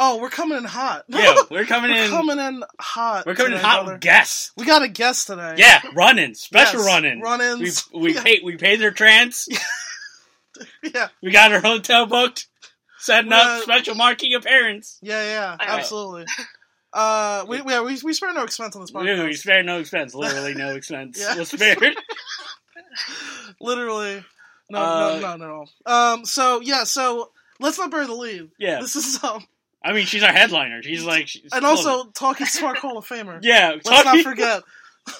Oh, we're coming in hot. Yeah, we're coming we're in. coming in hot. we're coming in today, hot brother. with guests. We got a guest today. Yeah, running special Yes, running. We Run-ins. we Yeah. paid we paid their trance. Yeah. We got our hotel booked. Setting Well- up special marquee appearance. Yeah, yeah, I know. absolutely. Uh, we yeah, we we spare no expense on this Dude, we podcast. spared no expense. Literally no expense Yeah. was spared. Literally, no, Uh, no, no, no. Um, so yeah, so let's not bury the lead. Yeah, This is um, I mean she's our headliner. She's like, she's and also talking smart Hall of Famer. yeah, Let's not talking forget.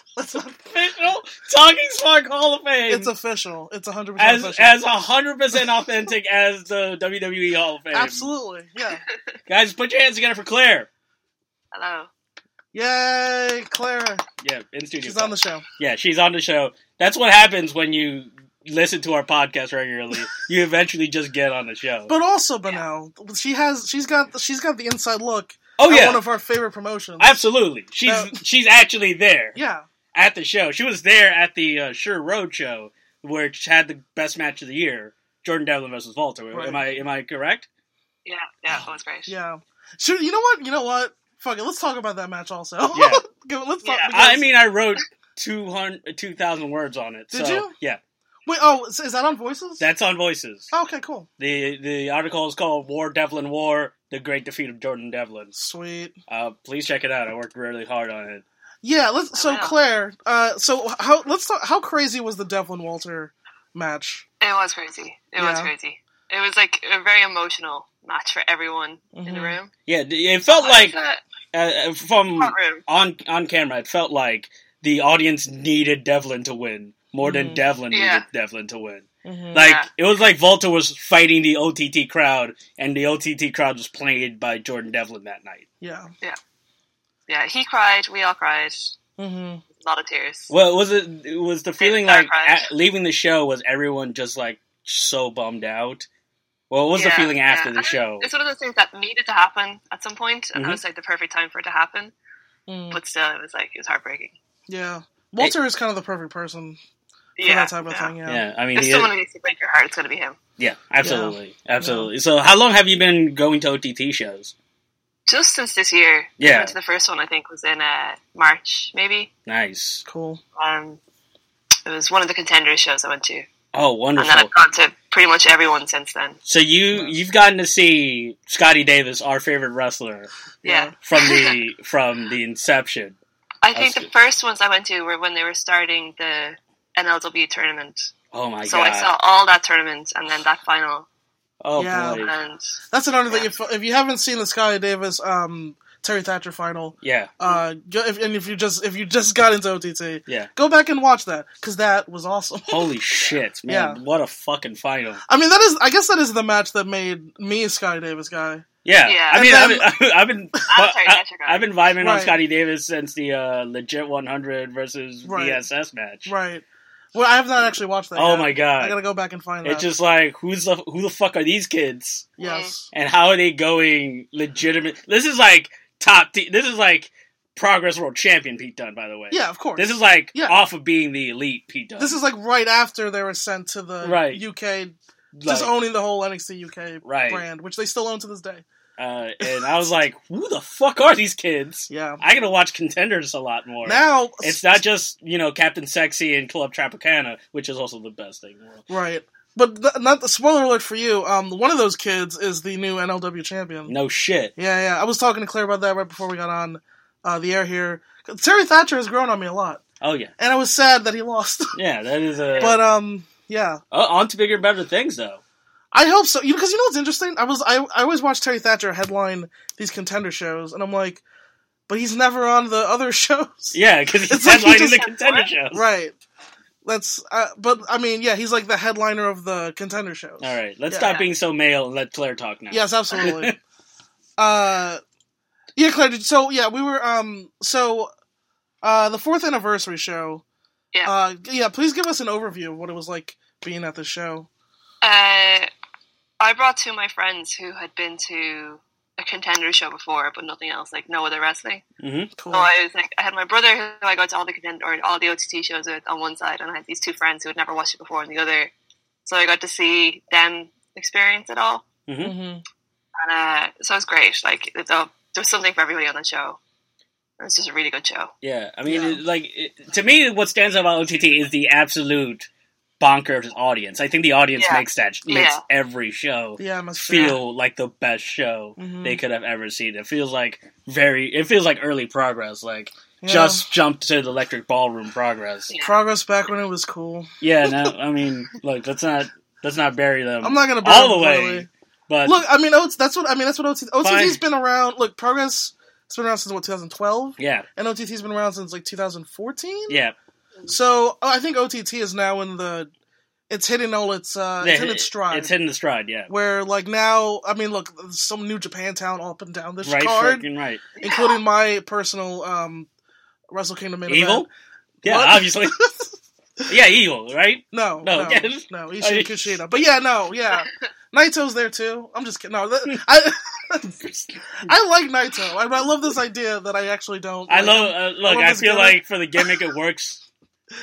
Let's not. official, talking smart Hall of Fame. It's official. It's hundred percent as official. as hundred percent authentic as the WWE Hall of Fame. absolutely, yeah. guys, put your hands together for Claire. Hello. Yay, Clara, Yeah, in studio. she's on the show. Yeah, she's on the show. That's what happens when you listen to our podcast regularly. you eventually just get on the show. But also, Benel, she has she's got the, she's got the inside look. oh at yeah, one of our favorite promotions. absolutely. She's No. she's actually there yeah, at the show. She was there at the uh, Sure Road show, which had the best match of the year. Jordan Devlin versus Volta. Right. Am I am I correct? Yeah, yeah, that was great. yeah. Shoot, you know what? You know what? Fuck it. Let's talk about that match also. Yeah. Go- let's talk. Yeah, because- I mean, I wrote 200 2,000 words on it. Did so, you? Yeah, wait. Oh, is, is that on Voices? that's on Voices. Oh, okay, cool. The the article is called "War Devlin War: The Great Defeat of Jordan Devlin." Sweet. Uh, please check it out. I worked really hard on it. Yeah. Let's. So Oh, wow. Claire. Uh. So how? Let's talk. How crazy was the Devlin Walter match? It was crazy. It was Yeah. crazy. It was like a very emotional match for everyone in the Mhm. room. Yeah, d- it felt like uh, from hot room. on on camera, it felt like the audience needed Devlin to win more than Mhm. Devlin Yeah. needed Devlin to win. Mm-hmm. Like Yeah. it was like Volta was fighting the OTT crowd, and the OTT crowd was played by Jordan Devlin that night. yeah. Yeah, he cried. We all cried. Mm-hmm. A lot of tears. Well, was it was the feeling Yeah, like right. at, leaving the show was everyone just like so bummed out? Well, what was the Yeah, feeling after yeah. the show? It's one of those things that needed to happen at some point, and Mhm. that was like the perfect time for it to happen. Mm. But still, it was like it was heartbreaking. Yeah. Walter is kind of the perfect person for yeah, that type of yeah. thing. Yeah. Yeah, I mean, If he- someone needs to break your heart, it's gonna be him. yeah, absolutely, absolutely. So, how long have you been going to OTT shows? Just since this year, Yeah. I went to the first one I think was in uh, March, maybe. Nice. Cool. Um, it was one of the contenders shows I went to. Oh, and then wonderful. I've gone to pretty much everyone since then. So you you've gotten to see Scotty Davis, our favorite wrestler Yeah, from the from the inception. I think That's the first ones I went to were when they were starting the NLW tournament. Oh my so god. I saw all that tournament and then that final, oh Yeah. boy. and That's another thing. If if you haven't seen the Scotty Davis um Terry Thatcher final, Yeah. uh, go- if, and if you just if you just got into OTT, Yeah. go back and watch that because that was awesome. Holy shit, man! What a fucking final. I mean, that is I guess that is the match that made me a Scotty Davis guy. Yeah, Yeah. I mean, And I've, been- I've been, I'm sorry, I, that's your guy. have been vibing on Right. Scotty Davis since the uh, legit 100 versus Right. VSS match. Right. Well, I have not actually watched that. Oh yet. my I gotta god! go back and find It's that. just like who's the who the fuck are these kids yes. and how are they going legitimate? This is like top. T- this is like Progress World Champion Pete Dunne, by the way. Yeah, of course. This is like Yeah. off of being the elite Pete Dunne. This is like right after they were sent to the Right. UK, Like, just owning the whole NXT UK Right. brand, which they still own to this day. uh, and I was like, who the fuck are these kids? Yeah. I gotta watch contenders a lot more. Now It's not just you know Captain Sexy and Club Tropicana, which is also the best thing. in the world. right, but th- not the spoiler alert for you. Um, one of those kids is the new NLW champion. No shit. Yeah, yeah. I was talking to Claire about that right before we got on uh, the air here. Terry Thatcher has grown on me a lot, Oh yeah, and I was sad that he lost. yeah. That is a. but um, yeah. Oh, on to bigger and better things though. I hope so. You because you know what's interesting? I was I, I always watch Terry Thatcher headline these contender shows, and I'm like, but he's never on the other shows. Yeah, because it's It's like he headlining the just- contender shows. Right. That's uh, but I mean, yeah, he's like the headliner of the contender shows. All right, let's Yeah. stop being so male and let Claire talk now. Yes, absolutely. uh, yeah, Claire. Did, so yeah, we were um so uh the fourth anniversary show. Yeah. Uh, yeah. Please give us an overview of what it was like being at the show. uh, I brought two of my friends who had been to a contender show before, but nothing else, like no other wrestling. hmm Cool. So I was like, I had my brother who I got to all the contender or all the OTT shows with on one side, and I had these two friends who had never watched it before on the other. So I got to see them experience it all. mm-hmm. And, uh, so it was great. Like it- uh, there was something for everybody on the show. It was just a really good show. Yeah, I mean, Yeah. It, like it, to me, what stands out about OTT is the absolute bonkers audience. I think the audience Yeah. makes that makes Yeah. every show The atmosphere. feel like the best show Mhm. they could have ever seen. It feels like very. It feels like early progress. Like Yeah. just jumped to the electric ballroom progress. Yeah. progress back when it was cool. Yeah, no, I mean, look, let's not let's not bury them. I'm not gonna burn all the it way, completely. but Look, I mean, O- that's what I mean. That's what OTT. OTT's Fine. been around. Look, progress has been around since what 2012, yeah, and OTT's been around since like 2014. yeah, So oh, I think OTT is now in the. It's hitting all its. Uh, it's in its stride. It's hitting its stride. Yeah, where like now, I mean, look, there's some new Japantown up and down this right, card, freaking right. including my personal um, Wrestle Kingdom main Evil. event. Yeah, What? obviously. yeah, evil. Right. No, No, no, yes. no, Ishii and Kushida. But yeah, no, yeah, Naito's there too. I'm just kidding. No, that, I, I like Naito. I, I love this idea that I actually don't. I like love. him. Uh, look, love I this feel gimmick. like for the gimmick, it works.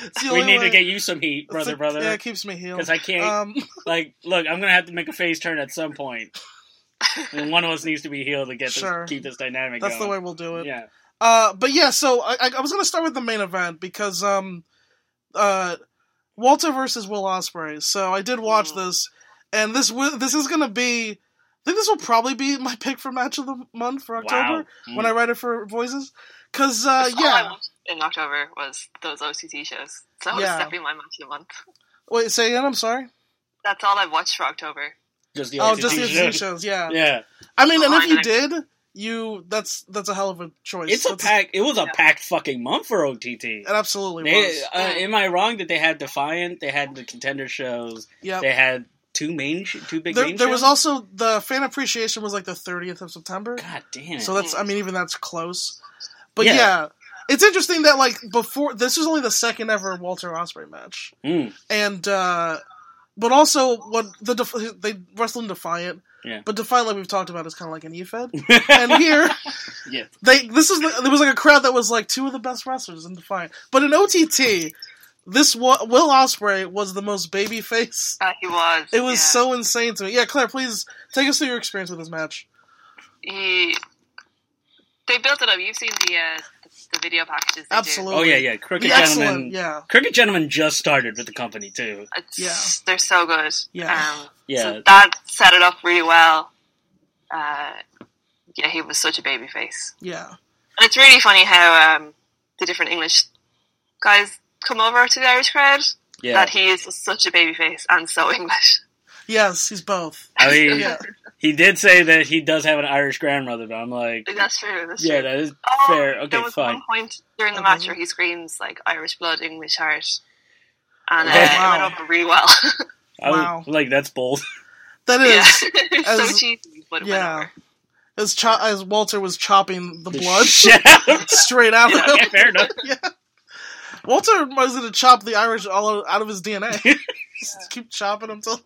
It's the we only need way- to get you some heat, it's brother, like- brother. Yeah, it keeps me healed. Because I can't. Um, like, look, I'm gonna have to make a phase turn at some point, and one of us needs to be healed to get Sure. this, keep this dynamic. that's the going. way we'll do it. Yeah. Uh, but yeah, so I, I, I was gonna start with the main event because um, uh, Walter versus Will Osprey. So I did watch Mm. this, and this wi- this is gonna be. I think this will probably be my pick for match of the month for October Wow. Mm. when I write it for Voices. Cause uh, That's all I yeah, watched in October was those OCT shows. So that was Yeah. definitely my match of the month. wait, say again. I'm sorry. That's all I watched for October. just the Oh, OTT just the show. TV shows. Yeah. Yeah, I mean, and if you Online. did, you that's that's a hell of a choice. it's a That's- pack. It was a Yeah. packed fucking month for OTT. It absolutely They, was. uh, am I wrong that they had Defiant? They had the contender shows. Yeah. They had two main, sh- two big There, main. there was shows? also the fan appreciation was like the 30th of September. God damn it! So that's I mean even that's close. But yeah. Yeah. It's interesting that like before this was only the second ever Walter Osprey match. Mm. And uh but also what the Def- they wrestled in Defiant. Yeah. But Defiant like we've talked about is kind of like an E EFED. and here Yeah. They this is the, there was like a crowd that was like two of the best wrestlers in Defiant. But in OTT this wa- Will Osprey was the most baby face. Uh, he was. It was yeah. so insane to me. Yeah, Claire, please take us through your experience with this match. He. They built it up. You've seen the uh, the video packages. They do. Absolutely. oh yeah, yeah. The Crooked excellent, gentleman. yeah. Crooked gentleman just started with the company too. It's, Yeah. They're so good. Yeah. Um, Yeah, So that set it up really well. Uh, yeah, he was such a baby face. Yeah. And it's really funny how um, the different English guys come over to the Irish crowd. yeah. That he is such a baby face and so English. Yes, he's both. I mean, Yeah. he did say that he does have an Irish grandmother, but I'm like, That's true. That's yeah, true. that is Oh, fair. Okay, there was fine. one point during the Okay. match where he screams like Irish blood, English heart, and uh, Oh, wow. it went over really well. I was- Wow. like that's bold. That yeah, is so As- cheesy, but it yeah. went over. as cho- as Walter was chopping the blood Shit. straight out of him. okay, fair enough. Walter was going to chop the Irish all out of his DNA. Just keep chopping him till.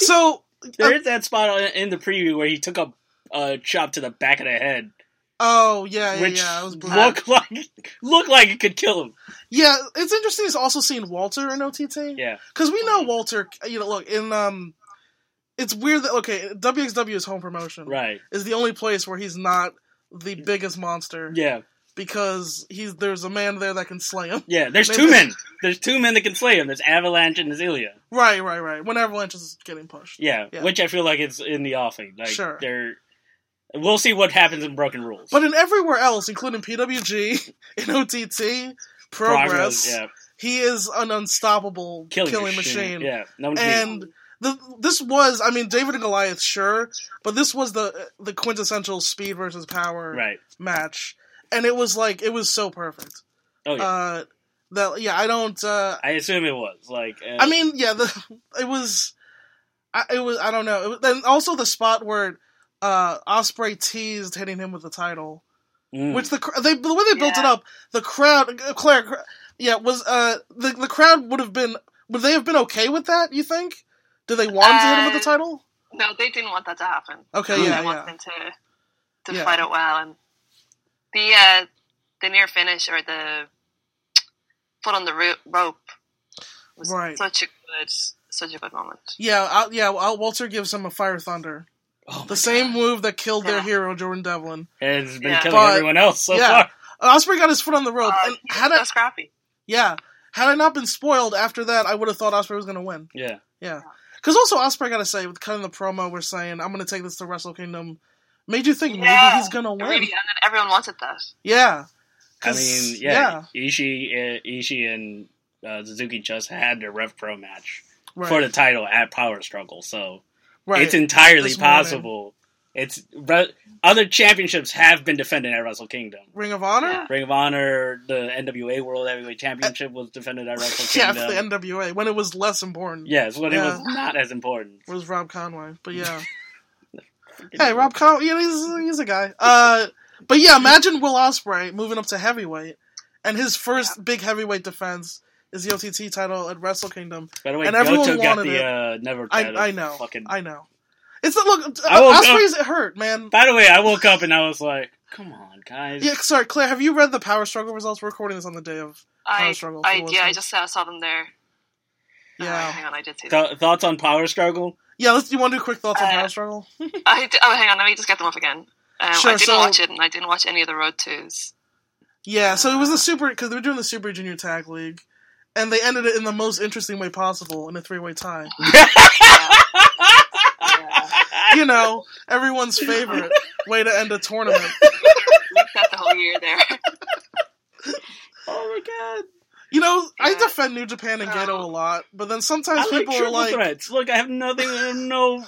So There is that spot on- in the preview where he took a uh, chop to the back of the head, oh yeah yeah which yeah it was brutal. looked like looked like it could kill him. yeah it's interesting. He's also seen Walter in OTT. Yeah. because we know Walter. You know, look in um, it's weird that okay WXW is home promotion Right. is the only place where he's not the biggest monster Yeah. because he's there's a man there that can slay him. Yeah. There's two men. There's two men that can slay him. There's Avalanche and there's Ilya. Right, right, right. When Avalanche is getting pushed. Yeah, Yeah. Which I feel like it's in the offing. Like Sure. they're we'll see what happens in Broken Rules. But in everywhere else, including PWG, in OTT, Progress, yeah. he is an unstoppable killing, Killing, machine. Yeah. No one can And the, this was, I mean, David and Goliath, sure, but this was the the quintessential speed versus power Right. match, and it was like it was so perfect. Oh yeah. Uh, that yeah, I don't. Uh, I assume it was like. Uh, I mean, yeah, the, it was, I, it was. I don't know. It was, and also the spot where uh, Osprey teased hitting him with the title, mm. which the cr- they the way they built it Yeah. up, the crowd, uh, Claire, cr- yeah, was uh the the crowd would have been would they have been okay with that? You think? Do they want him to hit him with the Uh, title? No, they didn't want that to happen. Okay, Mm. yeah, they want yeah, them to to Yeah. fight it well, and the uh, the near finish or the foot on the ro- rope was Right. such a good such a good moment. yeah, I, yeah. I'll, Walter gives him a fire thunder Oh The same move that killed their Yeah. hero, Jordan Devlin. and it's been Yeah. killing But- everyone else so yeah. far. Osprey got his foot on the rope, Uh, and he's had so I, scrappy. yeah, had I not been spoiled after that, I would have thought Osprey was going to win. Yeah, Yeah, because also Osprey, gotta say, with cutting the promo, we're saying I'm going to take this to Wrestle Kingdom, made you think maybe Yeah, he's going to It win. Really, and then everyone wanted that. Yeah, I 'Cause- mean, yeah, Ishii, uh, Ishii and uh, Suzuki just had their Rev Pro match right, for the title at Power Struggle, so right. it's entirely This morning. possible. It's but other championships have been defended at Wrestle Kingdom. Ring of Honor. Yeah. Ring of Honor, the NWA World Heavyweight Championship was defended at Wrestle Yeah, Kingdom. for the NWA when it was less important. Yes, when it was Yeah. not as important. Was Rob Conway, but yeah. hey, Rob Conway, you know, he's he's a guy. Uh, but yeah, imagine Will Osprey moving up to heavyweight, and his first big heavyweight defense is the OTT title at Wrestle Kingdom. By the way, and everyone Goto got wanted the it. uh, never. I had a I know, Fucking. I know. It's not look. I woke up- Osprey's hurt, man. By the way, I woke up and I was like, "Come on, guys." Yeah, sorry, Claire. Have you read the Power Struggle results? We're recording this on the day of. I, Power struggle I for yeah, I listeners. just uh, saw them there. Uh, Yeah, hang on, I did see them. Th- thoughts on Power Struggle? yeah. Let's. You want to do quick thoughts on Uh, Power Struggle? I d- oh, hang on, let me just get them up again. Um, Sure, I didn't so- watch it, and I didn't watch any of the Road Twos. Yeah, so it was the super because they were doing the Super Junior Tag League, and they ended it in the most interesting way possible in a three way tie. Yeah. yeah. You know, everyone's favorite way to end a tournament. Looked at the whole year there. oh my You know, I Yeah. defend New Japan and Gato a lot, but then sometimes Oh. I like people are triple like, threats. Look, I have nothing, I have no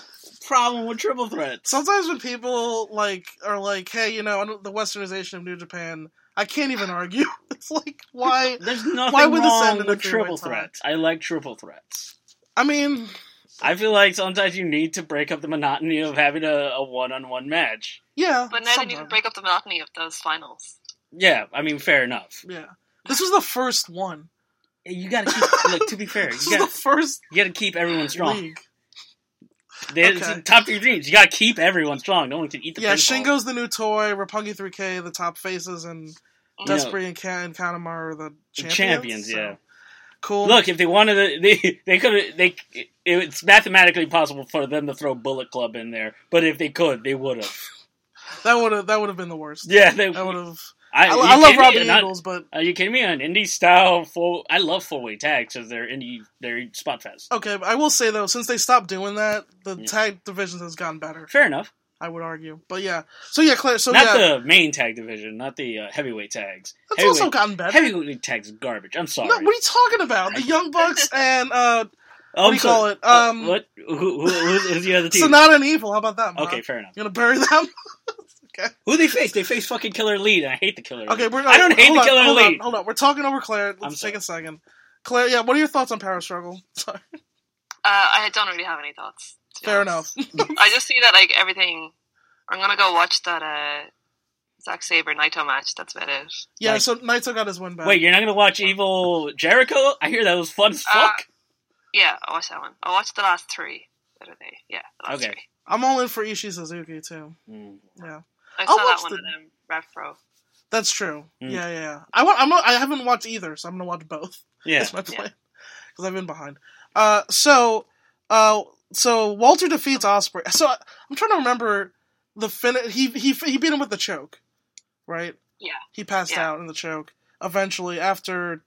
problem with triple threats. sometimes when people like are like, hey, you know, I don't- the Westernization of New Japan, I can't even argue. It's like, why? There's nothing Why would this wrong end in a with triple three-way tie? threats. I like triple threats. I mean, I feel like sometimes you need to break up the monotony of having a, a one-on-one match. yeah, But now they need to sometimes. break up the monotony of those finals. Yeah, I mean, fair enough. yeah. This was the first one. You gotta keep, look, to be fair, This you was gotta, the first you gotta keep everyone strong. league. They- it's Okay. the Top of your dreams. You gotta keep everyone strong. No one can eat the Yeah, pinball. Shingo's the new toy. Rapungi 3K, the top faces, and No. Despre and, Ka- and Kanemaru are the The champions. champions, so. yeah. Cool. Look, if they wanted to, they they could have. They it- it's mathematically possible for them to throw Bullet Club in there, but if they could, they would have. that would have that would have been the worst. Yeah, they. That would have. I, I, are you I love kidding me? Robbie Not- Eagles, but Are you kidding me? An indie style full. I love four way tags because they're indie. They're spot fest. okay. but I will say though, since they stopped doing that, the Yeah. tag divisions has gotten better. Fair enough. I would argue, but yeah. So yeah, Claire. So not yeah, the main tag division. Not the uh, heavyweight tags. that's heavyweight, also gotten better. heavyweight tags are garbage. I'm sorry. No, what are you talking about? The Young Bucks and uh, Oh, what I'm do you sorry. call it? Uh, Um, what? Who, who, who's, who's the other team? Sonata and Evil. How about that? Mark? okay, fair enough. You gonna bury them? Who they face? They face fucking Killer Lead, and I hate the Killer. Okay, Lead. we're not, I don't hate hold the on, Killer hold Lead. On, hold on, we're talking over Claire. Let's I'm take a second. Claire, yeah, what are your thoughts on Power Struggle? Sorry. Uh, I don't really have any thoughts. to be Fair honest. I just see that like everything. I'm gonna go watch that uh, Zack Saber Naito match. That's about it. Yeah, Like- so Naito got his win back. Wait, you're not gonna watch Evil Jericho? I hear that was fun as Uh, fuck. Yeah, I watched that one. I watched the last three. What are they? Yeah, the last Okay. three. I'm all in for Ishii Suzuki too. Yeah, I I'll saw that watch one the- of them. Rev Pro. that's true. Mm. Yeah, yeah, yeah. I want. I'm. Not, I haven't watched either, so I'm gonna watch both. yeah, That's my Yeah. plan because I've been behind. Uh, so, uh, so Walter defeats Osprey. So I- I'm trying to remember the finish. He he he beat him with the choke, right? Yeah. He passed Yeah. out in the choke eventually after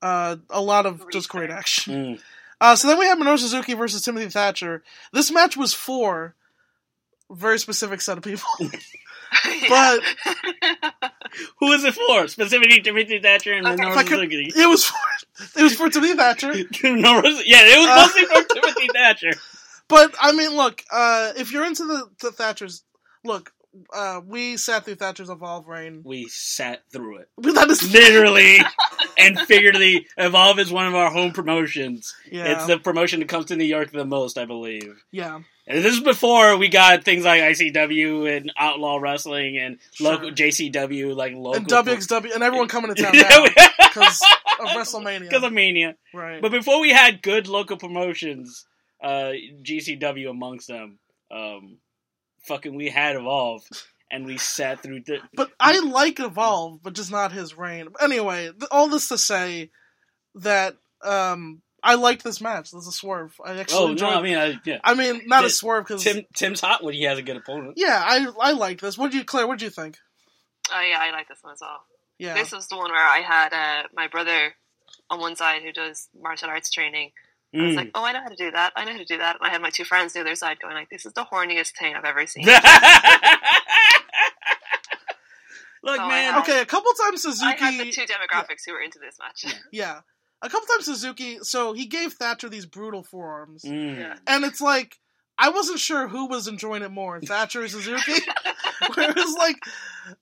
uh, a lot of just great Restart. action. Mm. Uh, so then we have Minoru Suzuki versus Timothy Thatcher. This match was for a very specific set of people. Yeah. Who is it for? Specifically, Timothy Thatcher and Okay. Minoru Fucking- Suzuki. it was for, it was for Timothy Thatcher. Minoru- yeah, it was Uh, mostly for Timothy Thatcher. But I mean, look, uh, if you're into the, the Thatchers, look, uh, we sat through Thatcher's Evolve reign. We sat through it, But that is literally and figuratively. Evolve is one of our home promotions. yeah, It's the promotion that comes to New York the most, I believe. yeah, And this is before we got things like ICW and Outlaw Wrestling and local Sure. JCW, like local. and WXW and everyone coming to town now because because of WrestleMania, of Mania. right? But before we had good local promotions, uh, GCW amongst them, um, fucking we had Evolve, and we sat through. Th- But I like Evolve, but just not his reign. Anyway, th- all this to say that um, I like this match. This is a swerve. I actually Oh enjoyed. no, I mean, I, yeah. I mean, not a Tim- swerve because Tim Tim's hot when he has a good opponent. yeah, I I like this. What do you, Claire? What do you think? Oh yeah, I like this one as well. Yeah, This was the one where I had uh, my brother on one side who does martial arts training. I was Mm. like, oh, I know how to do that. I know how to do that. And I had my two friends the other side going like, this is the horniest thing I've ever Mm. seen. Look, Oh, I man. have- okay. A couple times I had the Suzuki. two demographics who were into this match. Yeah. Yeah, a couple times Suzuki. So he gave Thatcher these brutal forearms, Mm. Yeah. and it's like I wasn't sure who was enjoying it more, Thatcher or Suzuki. Where it was like,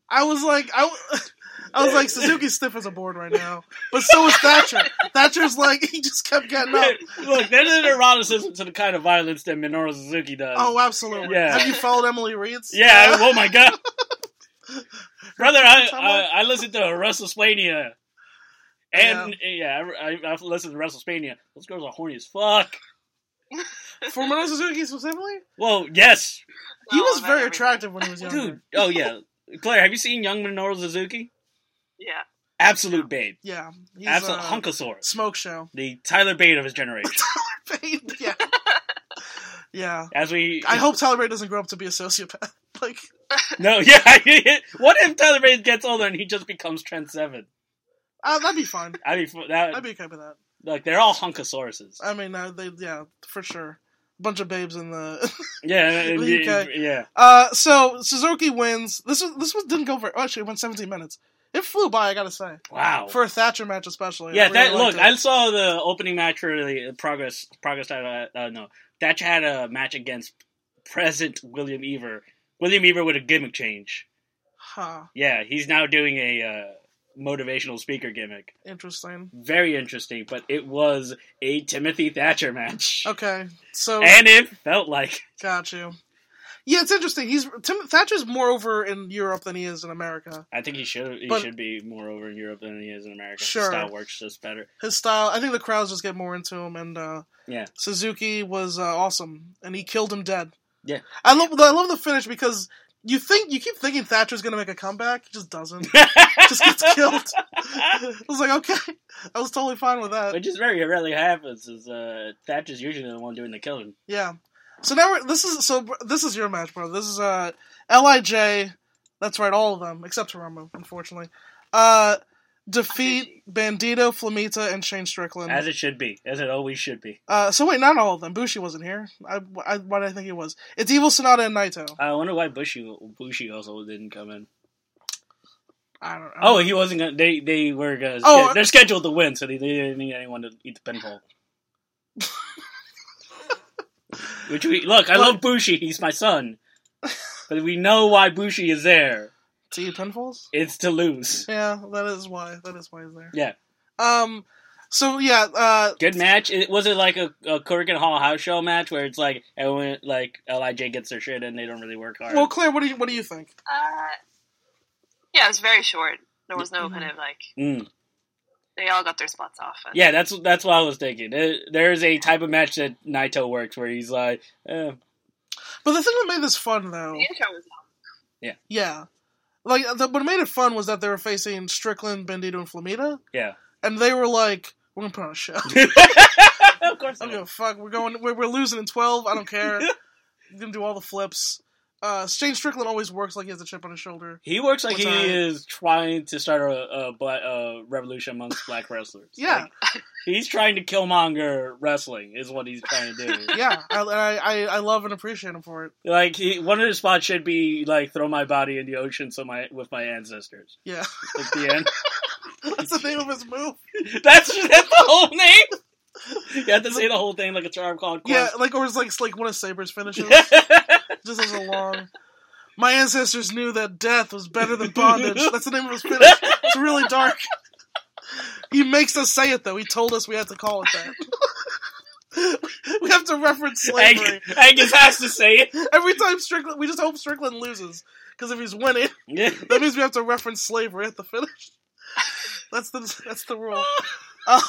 I was like, I. w- I was like, Suzuki's stiff as a board right now. But so is Thatcher. Thatcher's like, he just kept getting up. Look, there's an eroticism to the kind of violence that Minoru Suzuki does. Oh, absolutely. Yeah. Have you followed Emily Reed's? yeah. Oh my god, brother, I, Come on. I I listened to WrestleSpania, and yeah, I, I, I listened to WrestleSpania. Those girls are horny as fuck. For Minoru Suzuki specifically? Well, yes, He Well, was about very everything. attractive when he was younger. dude. Oh yeah, Claire, have you seen young Minoru Suzuki? Yeah. Absolute babe, Yeah. He's absolute uh, hunkosaurus, smoke show. the Tyler Bate of his generation. yeah. Yeah. As we, I hope Tyler Ray doesn't grow up to be a sociopath. Like no, yeah. what if Tyler Bate gets older and he just becomes Trent Seven? uh, that'd be fun. I mean, that I'd be okay with that. like they're all hunkosauruses. I mean, uh, they yeah, for sure. Bunch of babes in the. Yeah, and- Well, you and- yeah. uh, so Suzuki wins. This was this was didn't go very. Oh, actually, it went 17 minutes. It flew by. I gotta say, Wow. for a Thatcher match especially. I yeah, really that liked look. it. I saw the opening match for the uh, progress. Progress had a- uh, no. Thatch had a match against present William Eaver. William Eaver with a gimmick change. Huh. Yeah, he's now doing a uh, motivational speaker gimmick. Interesting. Very interesting, but it was a Timothy Thatcher match, Okay. So and it felt like got you. Yeah, it's interesting. He's Tim Thatcher's more over in Europe than he is in America. I think he should he But- should be more over in Europe than he is in America. His Sure. style works just better. his style. I think the crowds just get more into him, and uh, Yeah. Suzuki was uh, awesome, and he killed him dead. Yeah. I love I love the finish because you think you keep thinking Thatcher's gonna make a comeback, he just doesn't. just gets killed. I was like, okay, I was totally fine with that. Which is very rarely happens. Is uh, Thatcher's usually the one doing the killing. Yeah. So now we're this is so br- this is your match, bro. This is uh Lij. That's right, all of them except Hiromu, unfortunately. Uh, defeat Bandito, Flamita, and Shane Strickland. As it should be, as it always should be. Uh, so wait, not all of them. Bushi wasn't here. I, I, why did I think he was? It's Evil Sonata and Naito. I wonder why Bushi Bushi also didn't come in. I don't know. Oh, he wasn't gonna. They they were gonna. Oh, Oh, they're scheduled to win, so they, they didn't need anyone to eat the pinball. Which we look. I love Bushi. He's my son. But we know why Bushi is there. to eat pinfalls. It's to lose. Yeah, that is why. That is why he's there. Yeah. Um. So yeah. Uh. Good match. It was it like a, a Kurgan Hall house show match where it's like everyone like Lij gets their shit and they don't really work hard. Well, Claire, what do you what do you think? Uh, yeah, it was very short. There was no kind of like Mm. they all got their spots off. And Yeah, that's that's what I was thinking. There, there's a type of match that Naito works where he's like, eh, But the thing that made this fun though, The intro was yeah, like the, what made it fun was that they were facing Strickland, Bandito, and Flamita, yeah. and they were like, "We're gonna put on a show. of course. I don't it give a is. fuck. We're going. We're, we're losing in twelve. I don't care. We're gonna do all the flips." Uh, Shane Strickland always works like he has a chip on his shoulder. He works like What's he on? is trying to start a, a, bla- a revolution amongst black wrestlers. Yeah. Like, he's trying to killmonger wrestling is what he's trying to do. yeah, I, I I- I love and appreciate him for it. like he, one of the spots should be like throw my body in the ocean so my with my ancestors Yeah, at the end. that's the name of his move. that's that's the whole name. You have to say the whole thing like a charm called Yeah, Quest. like or it's like it's like one of Saber's finishes. Yeah. Just as a long. My ancestors knew that death was better than bondage. That's the name of his finish. It's really dark. He makes us say it though. He told us we had to call it that. we have to reference slavery Angus, Angus has to say it. every time Strickland. We just hope Strickland loses because if he's winning, Yeah. that means we have to reference slavery at the finish. That's the that's the rule. Um,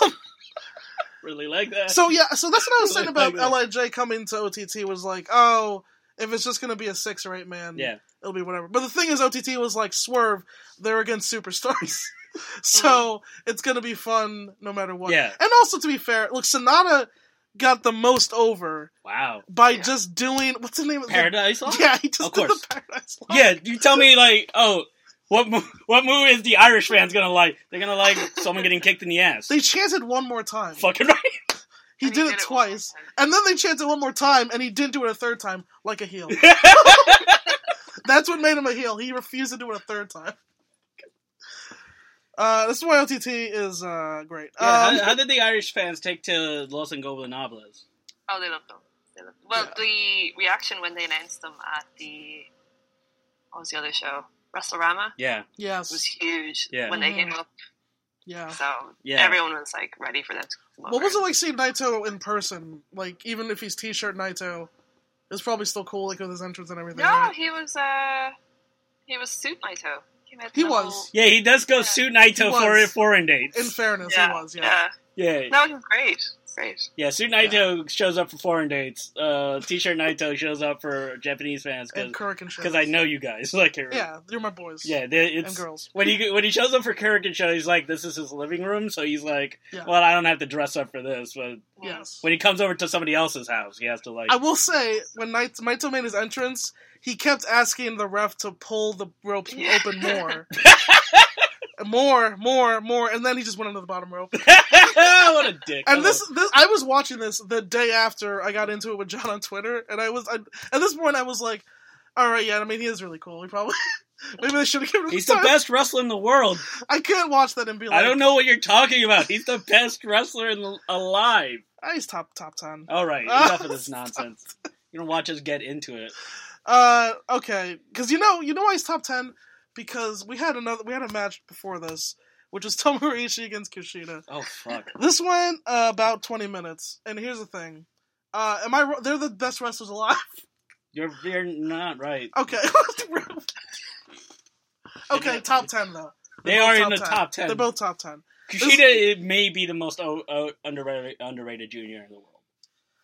really like that. So yeah, so that's what I was saying about Like that. Lij coming to OTT was like, oh, If it's just gonna be a six or eight man, Yeah. it'll be whatever. But the thing is, OTT was like Swerve. They're against superstars, so it's gonna be fun no matter what. Mm-hmm. Yeah. And also, to be fair, look, Sonata got the most over Wow. by Yeah. just doing what's the name of the- Paradise Lost? Yeah, he just Of did course. the Paradise Lost. Yeah, you tell me like, oh, what mo- what movie is the Irish fans gonna like? They're gonna like someone getting kicked in the ass. They chanted one more time. Fucking right. He And did, it one more twice. time. And then they chanted one more time, and he didn't do it a third time like a heel. That's what made him a heel. He refused to do it a third time. Uh, this is why OTT is uh, great. Yeah, um, how, how did the Irish fans take to Los Angeles? Oh, they love them. They love them. Well, Yeah. the reaction when they announced them at the what was the other show? WrestleRama Yeah, was yes. huge Yeah. when they came Mhm. up. Yeah. So yeah. everyone was like ready for them to come over. What was it like seeing Naito in person? Like, even if he's T-shirt Naito, it's probably still cool, like, with his entrance and everything. No, right? he was uh he was suit Naito. He, made He the was. whole- yeah, he does go Yeah. suit He Naito was. for foreign dates. In fairness, he was, yeah. yeah, No, he was great. Great. yeah, suit Naito shows up for foreign dates. Uh, T-shirt Naito shows up for Japanese fans And because Kirk and shit. I know you guys like it. Yeah, you're my boys. yeah, they- And it's. girls. When he when he shows up for Kurikan show, he's like, "This is his living room," so he's like, Yeah. "Well, I don't have to dress up for this." But Yes. when he comes over to somebody else's house, he has to like, I will say when Naito, Naito made his entrance, he kept asking the ref to pull the ropes Yeah. open more, And more, more, more, and then he just went under the bottom rope. "What a dick!" I And love this, this, I was watching this the day after I got into it with John on Twitter, and I was I, at this point I was like, all right, yeah, I mean he is really cool. He probably maybe they should have given him He's the time. best wrestler in the world. I can't watch that and be like, I don't know what you're talking about. He's the best wrestler in the, alive. "Ah, he's top top ten. All right, enough of this nonsense. You don't watch us get into it. Uh, okay, because you know, you know why he's top ten because we had another we had a match before this, which was Tomorishi against Kushida. Oh fuck. This went uh, about twenty minutes, and here's the thing: uh, am I? wro- They're the best wrestlers alive. You're you're not right. Okay, okay, top ten though. They both are in the top 10. They're both top ten. Kushida it may be the most o- o- underrated underrated junior in the world.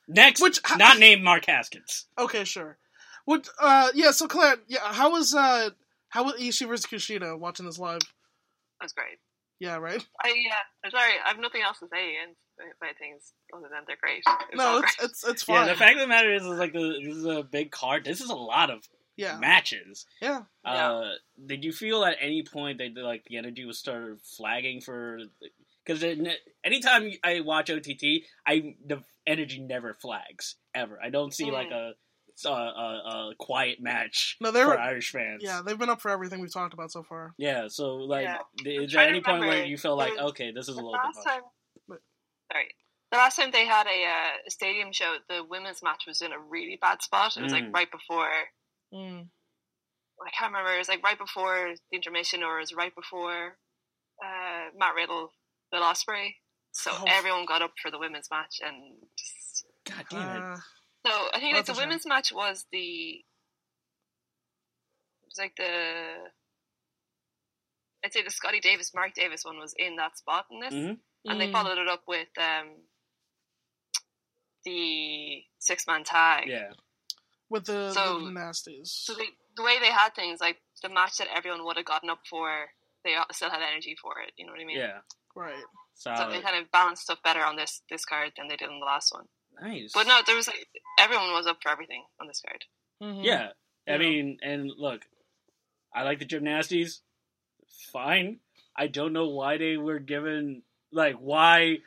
Next, Which- not named Mark Haskins. Okay, sure. What? Uh, yeah. So Claire, yeah. How was uh, how was Ishii versus Kushida watching this live? That was great. Yeah, right. I yeah. I'm sorry, I have nothing else to say and about things other than they're great. It was all No, great. it's it's it's Yeah, fine. the fact of the matter is, is like the, this is a big card. This is a lot of yeah, matches. yeah. Uh, did you feel at any point that like the energy was sort of flagging for? Because anytime I watch OTT, I the energy never flags ever. I don't see Mm. like a a, a, a quiet match No, they for were Irish fans. Yeah, they've been up for everything we've talked about so far. Yeah, so like, Yeah. th- is I'm there trying any to point where remember. you feel like, There was- okay, this is a the little bit last much? time, But- sorry, the last time they had a uh, stadium show, the women's match was in a really bad spot. It was Mm. like right before. I can't remember. It was like right before the intermission, or it was right before uh, Matt Riddle, Bill Osprey. So Oh. everyone got up for the women's match, and just... God damn it! Uh, so I think like That's a the shame. women's match was the it was like the I'd say the Scotty Davis, Mark Davis one was in that spot in this, Mhm. and they mm. followed it up with um, the six man tag. Yeah, with the, So- the nasties. So they, the way they had things, like the match that everyone would have gotten up for, they all- still had energy for it. You know what I mean? yeah. Uh, right. So Solid. they kind of balanced stuff better on this this card than they did on the last one. Nice. But no, there was like everyone was up for everything on this card. Mhm. Yeah. I Yeah. mean, and look, I like the gymnasties. Fine. I don't know why they were given like why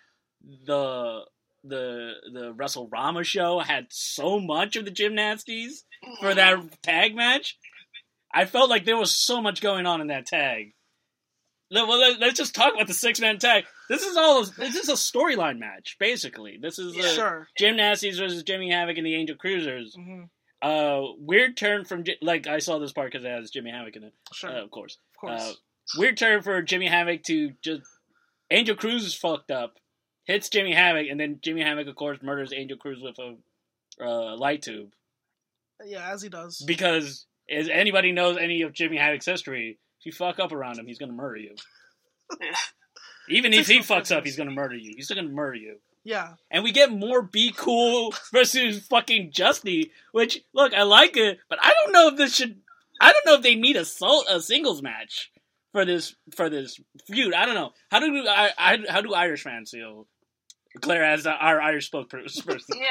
the the the Wrestle Rama show had so much of the gymnasties for that tag match. I felt like there was so much going on in that tag. Let- well, let- let's just talk about the six man tag. This is all. This is a storyline match, basically. This is Yeah. uh, Sure. gymnasties versus Jimmy Havoc and the Angel Cruisers hmm uh, weird turn from Ji- like I saw this part because it has Jimmy Havoc in it, Sure. uh, of of course. course. uh, Weird turn for Jimmy Havoc to just Angel Cruz is fucked up, hits Jimmy Havoc, and then Jimmy Havoc, of course, murders Angel Cruz with a uh, light tube yeah, as he does. because as anybody knows any of Jimmy Havoc's history, if you fuck up around him, he's gonna murder you. Yeah. Even It's if he actual fucks up, prejudice. he's gonna murder you. He's still gonna murder you. Yeah. And we get more Be Cool versus fucking Justy, which look, I like it, but I don't know if this should I don't know if they need a sol- a singles match for this for this feud. I don't know. How do I, I how do Irish fans feel? Claire as our Irish spokesperson. Yeah,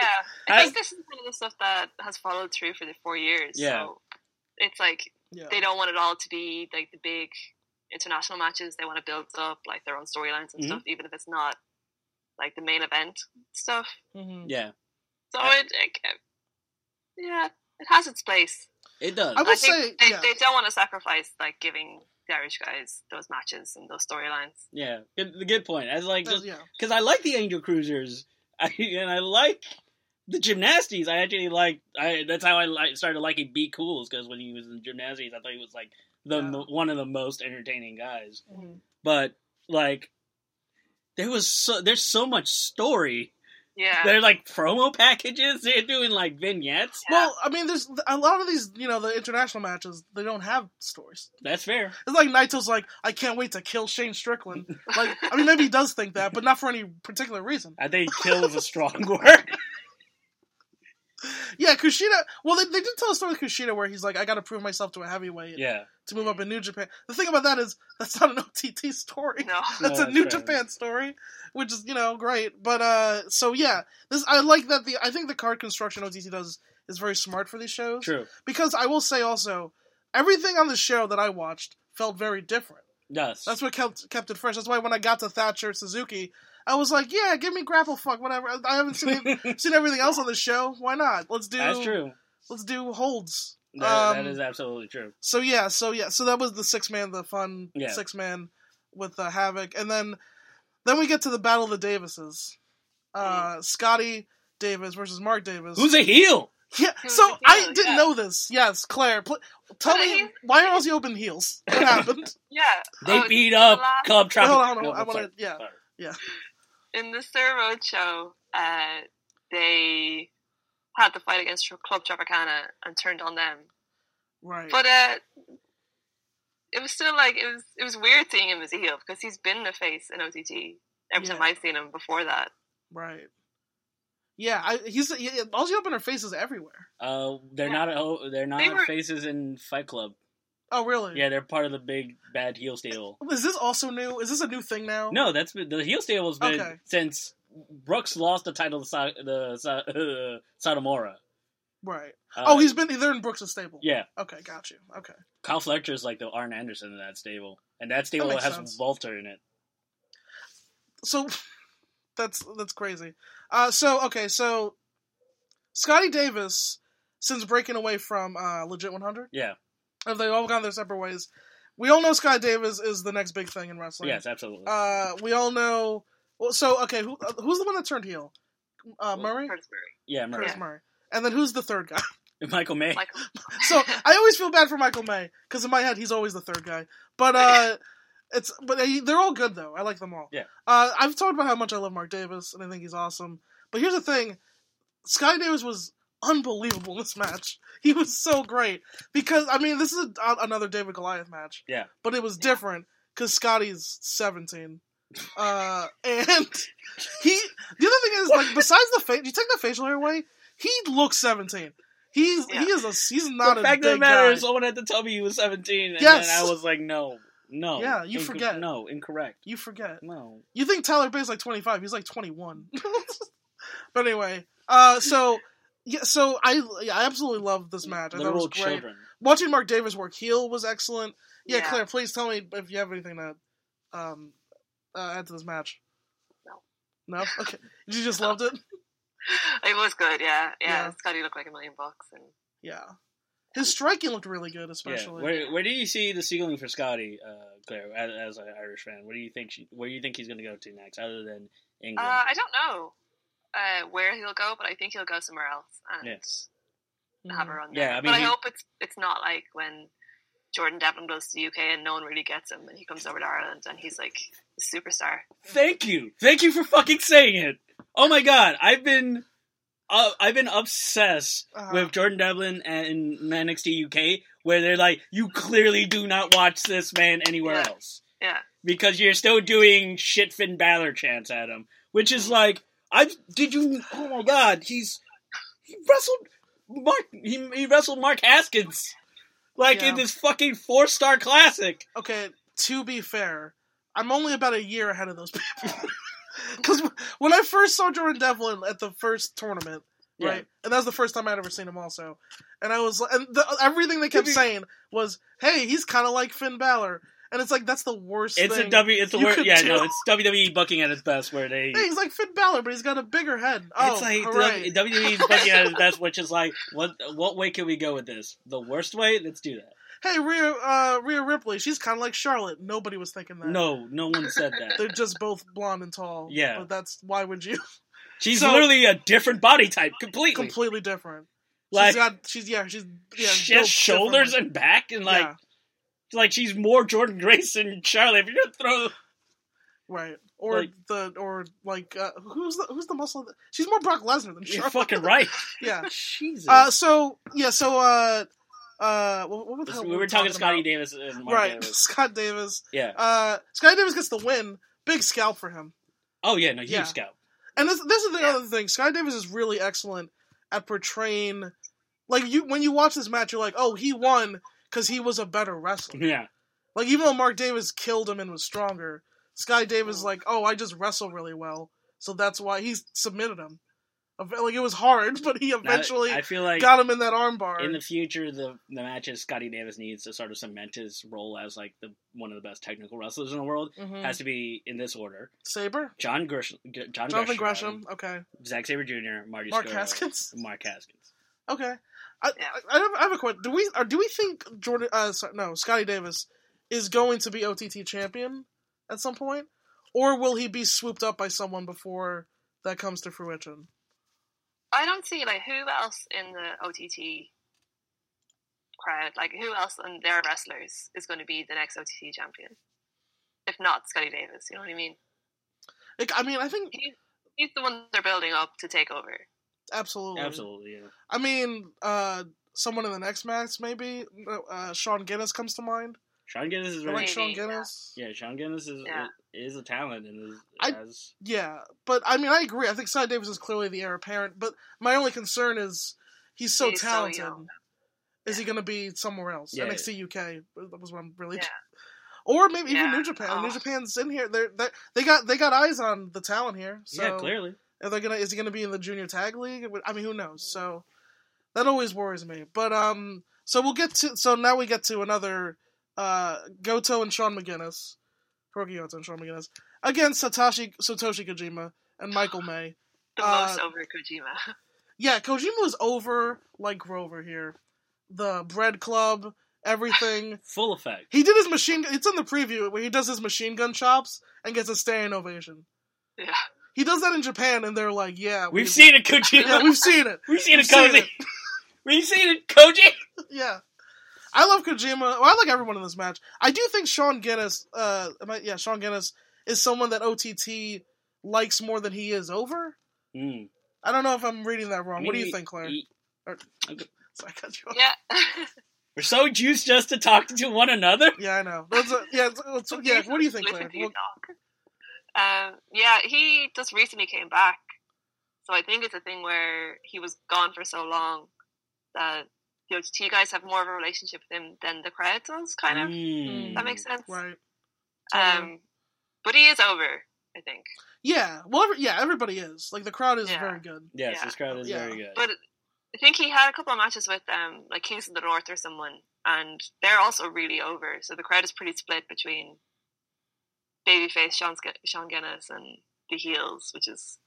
I think this is kind of the stuff that has followed through for the four years. Yeah. So it's like Yeah. they don't want it all to be like the big international matches. They want to build up like their own storylines and Mhm. stuff, even if it's not like the main event stuff. Mhm. yeah, So I- it, it- yeah, it has its place. it does. I I would think say, they, yeah. they don't want to sacrifice like giving the Irish guys those matches and those storylines. yeah, good, good point. As like That's- just yeah. because I like the Angel Cruisers, I, and I like the gymnasties. I actually like. I that's how I like, started liking B Cools because when he was in gymnasties, I thought he was like the Yeah. mo- one of the most entertaining guys. Mhm. But like, there was so there's so much story. Yeah, They're like promo packages. They're doing like vignettes. Yeah. Well, I mean, there's a lot of these, you know, the international matches. They don't have stories. That's fair. It's like Naito's like, I can't wait to kill Shane Strickland. Like, I mean, maybe he does think that, but not for any particular reason. I think kill is a strong word. Yeah, Kushida. Well, they, they did tell a story with Kushida where he's like, I got to prove myself to a heavyweight yeah. to move up in New Japan. The thing about that is, that's not an OTT story. no, That's No, a New fair. Japan story, which is you know great. But uh, so yeah, this I like that the I think the card construction OTT does is very smart for these shows True. because I will say also everything on the show that I watched felt very different. Yes. That's what kept kept it fresh. That's why when I got to Thatcher Suzuki, I was like, yeah, give me grapple fuck whatever. I- I haven't seen it- seen everything else on the show. Why not? Let's do That's true. let's do holds. Um, That, that is absolutely true. So yeah, so yeah, so that was the six man, the fun Yeah. six man with uh, Havoc, and then then we get to the Battle of the Davises, uh, Scotty Davis versus Mark Davis. Mm. Who's a heel? yeah, Who's so the heel, I didn't yeah. know this. Yes, Claire, pl- tell But me he- why are all the open heels? What happened? yeah. They uh, Oh, beat up last- Club Wait, Tropic. hold on, hold No, on, I I'm want sorry. to. Yeah, Sorry. in the Sir Road show, uh, they had the fight against Club Tropicana and turned on them. right. But uh, it was still like it was it was weird seeing him as a heel because he's been a face in OTT every time Yeah. I've seen him before that. right. Yeah, I, he's yeah, yeah, all the open her faces everywhere. Uh, they're Yeah. not. oh, They're not They were- faces in Fight Club. Oh, really? Yeah, they're part of the big bad heel stable. Is this also new? Is this a new thing now? No, that's been, the heel stable's been Oh. Okay. since Brooks lost the title to Sa- the Sa- uh, Satomura. Right. Uh, oh, he's been. They're in Brooks' stable. yeah. Okay, got you. Okay. Kyle Fletcher's like the Arn Anderson of that stable, and that stable makes has sense. Walter in it. so that's that's crazy. Uh, so okay, so Scotty Davis, since breaking away from uh, Legit 100, Yeah. have they all gone their separate ways? We all know Scotty Davis is the next big thing in wrestling. yes, absolutely. Uh, we all know. Well, so okay, who uh, who's the one that turned heel? Uh, Murray, Curtis Murray, yeah, Murray. Curtis Murray. And then who's the third guy? Michael May. Michael. So I always feel bad for Michael May because in my head he's always the third guy. But uh, it's but he- they're all good though. I like them all. Yeah. Uh, I've talked about how much I love Mark Davis and I think he's awesome. But here's the thing, Sky Davis was unbelievable in this match. He was so great because I mean this is a, a- another David Goliath match. Yeah. But it was Yeah. different because Scotty's seventeen. Uh, and he the other thing is like besides the face, you take the facial hair away, he looks seventeen. He's Yeah. he is a he's not the a fact big of the matter guy. is, someone had to tell me he was 17, and Yes. then I was like, no, no. Yeah, you Inco- forget. No, incorrect. You forget. No. You think Tyler Bates like 25? He's like 21. but anyway, uh, so yeah, so I yeah, I absolutely loved this match. I thought it was Literal great. children. Watching Mark Davis work heel was excellent. Yeah, Yeah. Claire, please tell me if you have anything to um, uh, add to this match. No. No. Okay. You just loved it. it was good, yeah, yeah. Yeah. Scotty looked like a million bucks, and Yeah. His striking looked really good, Yeah. especially. Where, where do you see the ceiling for Scotty, uh, Claire, as, as an Irish fan? What do you think? She, where do you think he's going to go to next, other than England? uh, I don't know uh, where he'll go, but I think he'll go somewhere else and Mhm. have her on Yeah, there. I mean, but I he- hope it's it's not like when Jordan Devlin goes to the UK and no one really gets him, and he comes over to Ireland and he's like a superstar. Thank you. Thank you for fucking saying it. Oh my god, I've been, uh, I've been obsessed Uh-huh. with Jordan Devlin and NXT UK, where they're like, you clearly do not watch this man anywhere Yeah. else. Yeah. because you're still doing shit Finn Balor chants at him, which is like, I did you? Oh my God, he's he wrestled Mark. He, he wrestled Mark Haskins like Yeah. in this fucking four star classic. Uh, Okay, to be fair, I'm only about a year ahead of those people. Because when I first saw Jordan Devlin at the first tournament, Yeah. right, and that was the first time I'd ever seen him, also, and I was, and the, everything they kept Maybe- saying was, "Hey, he's kind of like Finn Balor," and it's like that's the worst. It's thing. a W. It's a you word. could Yeah, do. no, it's WWE booking at its best, where they. Hey, he's like Finn Balor, but he's got a bigger head. Oh, It's like E hooray. the WWE's booking at its best, which is like, what what way can we go with this? The worst way? Let's do that. hey, Rhea, uh, Rhea Ripley, she's kind of like Charlotte. Nobody was thinking that. No, no one said that. They're just both blonde and tall. Yeah. But that's why would you? She's So- literally a different body type completely. Completely different. Like- she's got, she's, yeah, she's, yeah. she built has shoulders differently. and back, and like Yeah, like she's more Jordan Grace than Charlotte. If you're gonna throw right. Or like- the, or like, uh, who's the, who's the muscle? that- She's more Brock Lesnar than You're Charlotte. fucking right. Yeah. Jesus. Uh, so, yeah, so, uh, uh, what, what the This- hell we were talking Scotty about? Davis and Mark Right, Davis. Scott Davis. Yeah. Uh, Scott Davis gets the win. Big scalp for him. Oh yeah, no, huge Yeah. scout. And this this is the Yeah. other thing. Sky Davis is really excellent at portraying like you when you watch this match, you're like, oh, he won because he was a better wrestler. Yeah. like even though Mark Davis killed him and was stronger, Sky Davis Mm. is like, oh, I just wrestle really well, so that's why he submitted him. Ev- Like it was hard, but he Now, eventually I feel like got him in that armbar. in the future the the matches Scotty Davis needs to sort of cement his role as like the one of the best technical wrestlers in the world Mhm. has to be in this order. Saber, John Gersh G- John Jonathan Gresham, Gresham, okay, Zack Sabre Jr., Marty Mark Skrull, Haskins, Mark Haskins. okay. I, Yeah. I, I have, I have a question. Do we or do we think Jordan? Uh, sorry, no, Scotty Davis is going to be OTT champion at some point, or will he be swooped up by someone before that comes to fruition? I don't see like who else in the OTT crowd, like who else on their wrestlers is going to be the next OTT champion, if not Scotty Davis. You know what I mean? Like, I mean, I think He's the one they're building up to take over. absolutely, Absolutely, yeah. I mean, uh, someone in the next match maybe. Uh, Sean Guinness comes to mind. Sean Guinness is I like really Maybe, Sean yeah. Guinness. yeah, Sean Guinness is Yeah. is a talent and is I- has Yeah, but I mean, I agree. I think Cy Davis is clearly the heir apparent, but my only concern is he's so He's so talented. young. is he going to be somewhere else? Yeah. NXT UK that was what I'm really. Yeah. Or maybe even Yeah, New Japan. oh. New Japan's in here. They're, they they got they got eyes on the talent here. So yeah, clearly. Are they gonna? Is he gonna be in the junior tag league? I mean, who knows? So that always worries me. But um, so we'll get to. So now we get to another uh, Goto and Sean McGuinness, Hiroki Goto and Sean McGuinness against Satoshi Satoshi Kojima and Michael May. The Uh, most over Kojima. Yeah, Kojima was over like Grover here. The Bread Club, everything. Full effect. He did his machine. It's in the preview where he does his machine gun chops and gets a standing ovation. yeah. He does that in Japan, and they're like, "Yeah, uh, we- We've seen it, Kojima. yeah, we've seen it." We've seen We've it, seen Koji. We've seen it, Koji. Yeah. I love Kojima. Well, I like everyone in this match. I do think Sean Guinness, uh, am I, yeah, Sean Guinness is someone that OTT likes more than he is over. I don't know if I'm reading that wrong. what do you think, Claire? we- Sorry, I cut you off. Yeah. We're so used just to talking to one another. Yeah, I know. That's a, yeah, it's- it's- yeah. What do you think, Listen Claire? to you Well, talk. Um, yeah, he just recently came back, so I think it's a thing where he was gone for so long that the OTT guys have more of a relationship with him than the crowd does. Kind of. Mm. That makes sense. right. Totally. Um, but he is over. I think. yeah. Well, every, yeah. Everybody is like the crowd is Yeah. very good. Yes, Yeah. this crowd is Yeah. very good. But I think he had a couple of matches with um, like Kings of the North or someone, and they're also really over. So the crowd is pretty split between babyface Sean, Sk- Sean Guinness and the heels, which is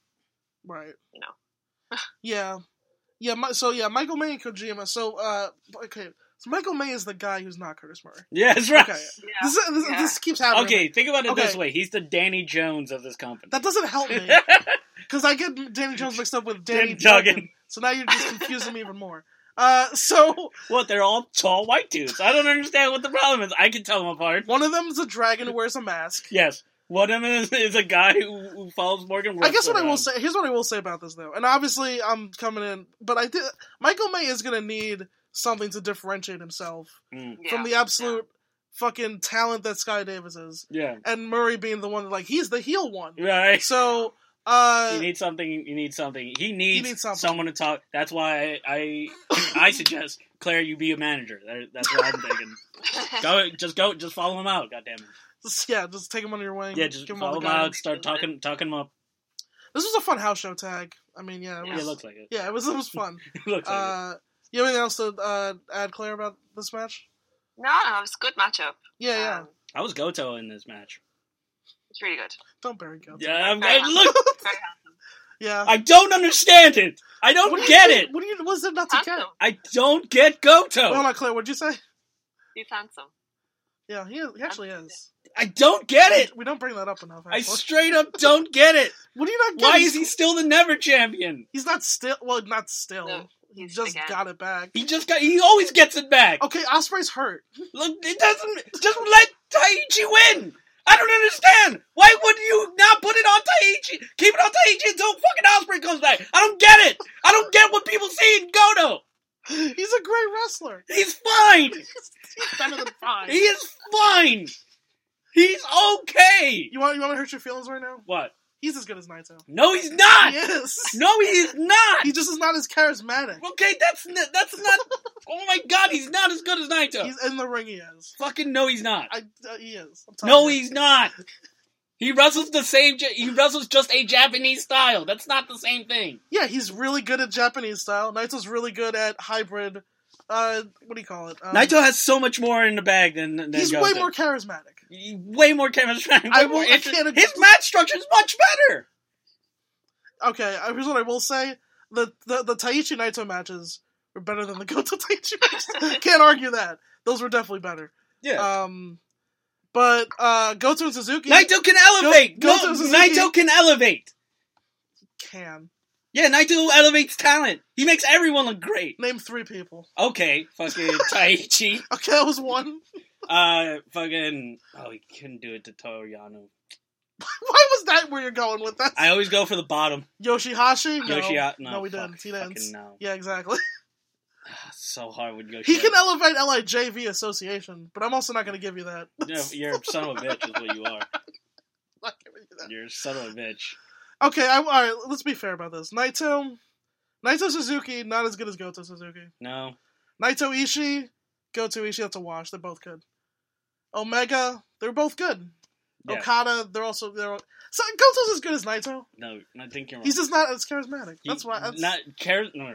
Right. You know. yeah. Yeah. My, so yeah, Michael May and Kojima. So uh, okay. So Michael May is the guy who's not Curtis Murray. yeah, that's right. Okay. Okay. yeah, This, this, yeah. this keeps happening. think about it this Okay. way: he's the Danny Jones of this company. That doesn't help me because I get Danny Jones mixed up with Danny Danny Duggan. Duggan. So now you're just confusing me even more. Uh, so what? They're all tall white dudes. I don't understand what the problem is. I can tell them apart. one of them is a dragon who wears a mask. Yes, one of them is, is a guy who, who follows Morgan. I guess Wurst what I will around. say here's what I will say about this though, and obviously I'm coming in, but I did. Michael May is gonna need something to differentiate himself Mm. yeah. from the absolute fucking talent that Sky Davis is, Yeah. and Murray being the one that, like he's the heel one. Right. So Uh, you need something. You need something. He needs, needs something. someone to talk. That's why I I, suggest Claire, you be a manager. That- That's what I'm thinking. Go, just go, just follow him out. Goddamn it. just, yeah, just take him under your wing. Yeah, just give all follow the him guidance. out. Start talking, talking him up. This was a fun house show tag. I mean, yeah, it Yeah, was, it looks like it. yeah, it was it was fun. It looks like it. uh, you have anything else to uh, add, Claire, about this match? no, no, it was a good matchup. Yeah, yeah. Um, I was Goto in this match. it's really good. Don't bury Goto. Yeah, I'm, Fair I, enough. look, Very Yeah. I don't understand it. I What don't do you get think- it. Oh. What do you? What's there not to handsome. get? I don't get Goto. Wait, hold on, Claire. What'd you say? He's handsome. Yeah, he, is, he actually is. I don't get it. We don't bring that up enough. I actually. straight up don't get it. what do you not get? Why He's- is he still the never champion? He's not still. Well, not still. No, he he's just again. got it back. He just got. He always gets it back. Okay, Osprey's hurt. Look, it doesn't. Just let Taichi win. I don't understand. Why would you not put it on Taichi? Keep it on Taichi until fucking Osprey comes back. I don't get it. I don't get what people see in Goto. He's a great wrestler. He's fine. He's better than fine. He is fine. He's okay. You want you want to hurt your feelings right now? What? He's as good as Naito. No, he's not. Yes. No, he is not. He just is not as charismatic. Okay, that's n- that's not. Oh my god, he's not as good as Naito. He's in the ring. He is. Fucking no, he's not. I. Uh, he is. I'm telling No, you. he's not. He wrestles the same. Ja- He wrestles just a Japanese style. That's not the same thing. Yeah, he's really good at Japanese style. Naito's really good at hybrid. Uh, what do you call it? Um, Naito has so much more in the bag than, than He's way Goto. more charismatic. He- way more chemistry. Way I more won't- I interest- can't- His match structure is much better. Okay, uh, here's what I will say: the the, the Taichi Naito matches were better than the Goto Taichi matches. Can't argue that; those were definitely better. Yeah, Um, but uh, Goto and Suzuki Naito can elevate. Go- no, Goto's a Naito Suzuki. can elevate. can Yeah, Naito elevates talent. He makes everyone look great. name three people. Okay, fucking Taichi. Okay, that was one. Uh, fucking. Oh, he couldn't do it to Toyano. Why was that where you're going with that? I always go for the bottom. Yoshihashi? No. Yoshi, no, we fuck, didn't. He didn't. fucking no. Ah, Yeah, exactly. So hard with Yoshi. He can elevate LIJV association, but I'm also not going to give you that. Yeah, you're a son of a bitch, is what you are. I'm not giving you that. You're a son of a bitch. Okay, I, all right. Let's be fair about this. Naito, Naito Suzuki, not as good as Goto Suzuki. No. Naito Ishii, Goto Ishii. That's a wash. They're both good. Omega, they're both good. Yeah. Okada, they're also they're so Goto's as good as Naito. No, I think you're wrong. He's just not as charismatic. That's You- why. That's, Not care. No.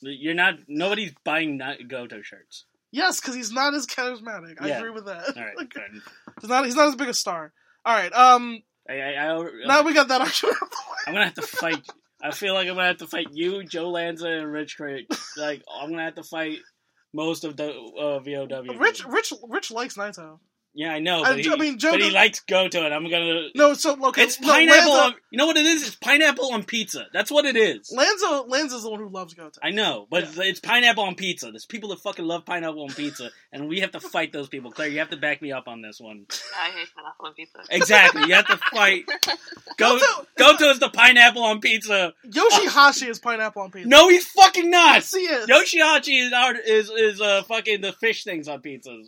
You're not. Nobody's buying not Goto shirts. yes, because he's not as charismatic. I Yeah. agree with that. All right. Like, fair enough. he's not. He's not as big a star. All right. Um. I, I, I, Now we got that argument. out of the way. I'm gonna have to fight. I feel like I'm gonna have to fight you, Joe Lanza, and Rich Craig. Like I'm gonna have to fight most of the uh, VOW. Rich, Rich, Rich likes Naito. Yeah, I know. I- But he, I mean, Joe but he does- likes Goto, and I'm gonna. No, so okay. It's no, pineapple. Lanza- on, you know what it is? It's pineapple on pizza. That's what it is. Lanza, Lanza's the one who loves Goto. I know, but it's pineapple on pizza. There's people that fucking love pineapple on pizza, and we have to fight those people. Claire, you have to back me up on this one. I hate pineapple on pizza. Exactly, you have to fight. Go, Goto- Goto is the pineapple on pizza. Yoshihashi is pineapple on pizza. No, he's fucking not. yes, he is. Yoshihashi is our, is is uh fucking the fish things on pizzas.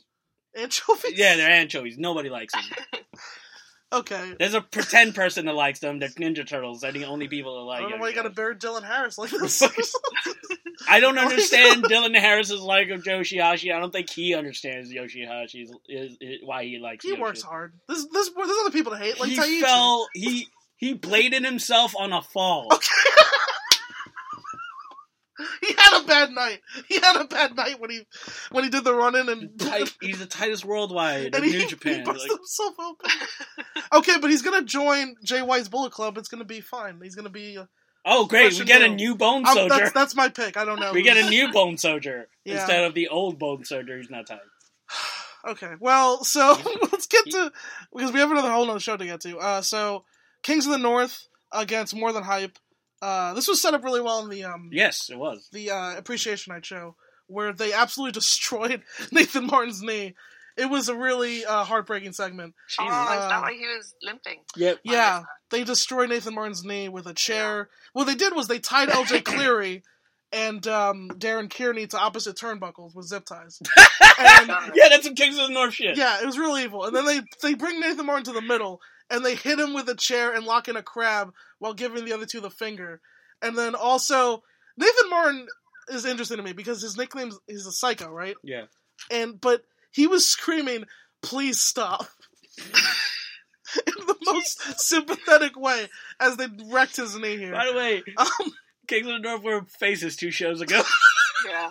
Anchovies. Yeah, they're anchovies. Nobody likes them. Okay. There's a pretend person that likes them. They're Ninja Turtles. They're the only people that I like. don't know why you gotta anchovies. bury Dylan Harris like this. I don't Why you understand Dylan Harris's like of Yoshihashi. I don't think he understands Yoshihashi's is, is why he likes. he Yoshi. works hard. This, this, there's other people to hate, like he Taichi. fell. He he bladed himself on a fall. He had a bad night. He had a bad night when he when he did the run in and Ti- He's the tightest worldwide in and he, New he Japan. busted Like, himself open. okay, but he's gonna join Jay White's Bullet Club. It's gonna be fine. He's gonna be. Uh, oh great, we Question get a no. new Bone I'm- Soldier. that's that's my pick. I don't know. We get a new Bone Soldier Yeah. instead of the old Bone Soldier who's not tight. Okay, well, so let's get to because we have another whole nother show to get to. Uh, so Kings of the North against More Than Hype. Uh, this was set up really well in the um Yes, it was. the uh, Appreciation Night show where they absolutely destroyed Nathan Martin's knee. It was a really uh, heartbreaking segment. Oh, is Uh, that why he was limping? Yep. Yeah, they destroyed Nathan Martin's knee with a chair. What they did was they tied LJ Cleary and um, Darren Kearney to opposite turnbuckles with zip ties. And- yeah, that's some Kings of the North shit. yeah, it was really evil. And then they they bring Nathan Martin to the middle and they hit him with a chair and lock in a crab while giving the other two the finger. And then also Nathan Martin is interesting to me because his nickname is a psycho, right? Yeah. And but he was screaming, "Please stop." In the most sympathetic way, as they wrecked his knee here. By the way, Um, Kings of the North were faces two shows ago. Yeah.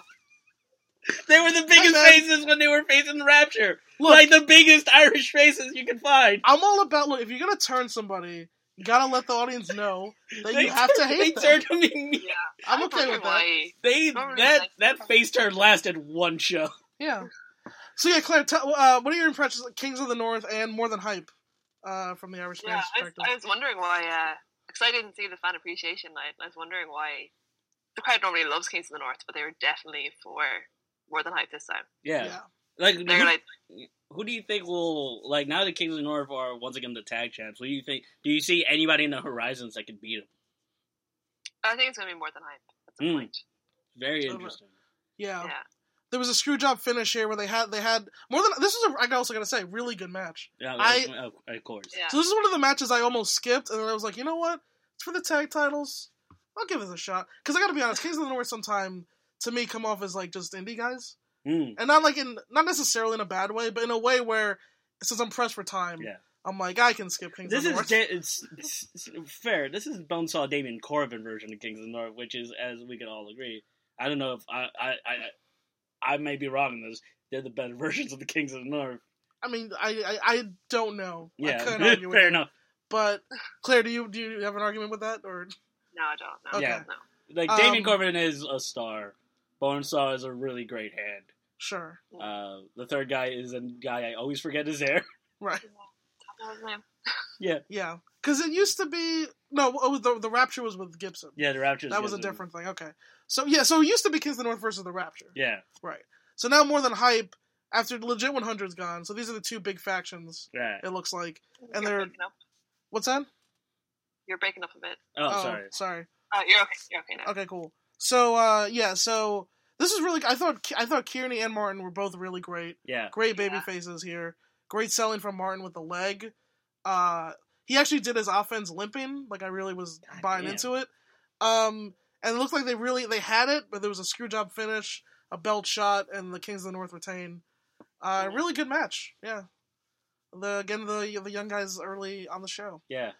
they were the biggest man. faces when they were facing Rapture. look, Like the biggest Irish faces you can find. I'm all about look. If you're gonna turn somebody, you gotta let the audience know that They you have to turned- hate them. they turned them in- Yeah. I'm I okay wonder with that. why. They Not really that like- that face turn lasted one show. Yeah. So yeah, Claire, tell, uh, what are your impressions of Kings of the North and More Than Hype uh, from the Irish Yeah, fans' I was, perspective? I was wondering why, uh 'cause I didn't see the fan appreciation night, and I was wondering why the crowd normally loves Kings of the North, but they were definitely for more than hype this time. Yeah. Yeah. Like, They're who, like, who do you think will like now that Kings of the North are once again the tag champs? What do you think? Do you see anybody in the horizons that could beat them? I think it's gonna be more than hype at some Mm. point. Very Over. interesting. yeah. Yeah. There was a screw job finish here where they had they had more than this was a I also gotta say really good match. Yeah, I- of, of course. Yeah. So this is one of the matches I almost skipped, and then I was like, you know what? It's for the tag titles. I'll give this a shot because I gotta be honest, Kings of the North sometime to me come off as like just indie guys, Mm. and not like in not necessarily in a bad way, but in a way where since I'm pressed for time, Yeah. I'm like I can skip Kings This of the is North. da- it's, it's, it's fair. This is Bonesaw Damien Corbin version of Kings of the North, which is as we can all agree. I don't know if I I I, I may be wrong in this. They're the better versions of the Kings of the North. I mean, I I, I don't know. I Yeah, couldn't argue with fair it. enough. But Claire, do you do you have an argument with that or No, I don't. No, Okay. Yeah. no. Like Um, Damien Corbin is a star. Bonesaw is a really great hand. sure? Uh, the third guy is a guy I always forget is there. Right. What was his name? Yeah. Because it used to be no. Oh, the the Rapture was with Gibson. Yeah, the Rapture. that was a different thing. Okay. So yeah. So it used to be Kings of the North versus the Rapture. Yeah, Right. So now more than hype. After legit 100's gone, so these are the two big factions. yeah. It looks like. You're And they're- breaking up. What's that? You're breaking up a bit. Oh, sorry. Sorry. Oh, you're okay. You're okay now. Okay. Cool. So uh, yeah. So this is really. I thought I thought Kearney and Martin were both really great. Yeah, Great baby Yeah. faces here. Great selling from Martin with the leg. Uh, he actually did his offense limping. Like I really was God buying damn. into it. Um, and it looked like they really they had it, but there was a screw job finish, a belt shot, and the Kings of the North retain. Uh, really good match. Yeah. The again the the young guys early on the show. yeah.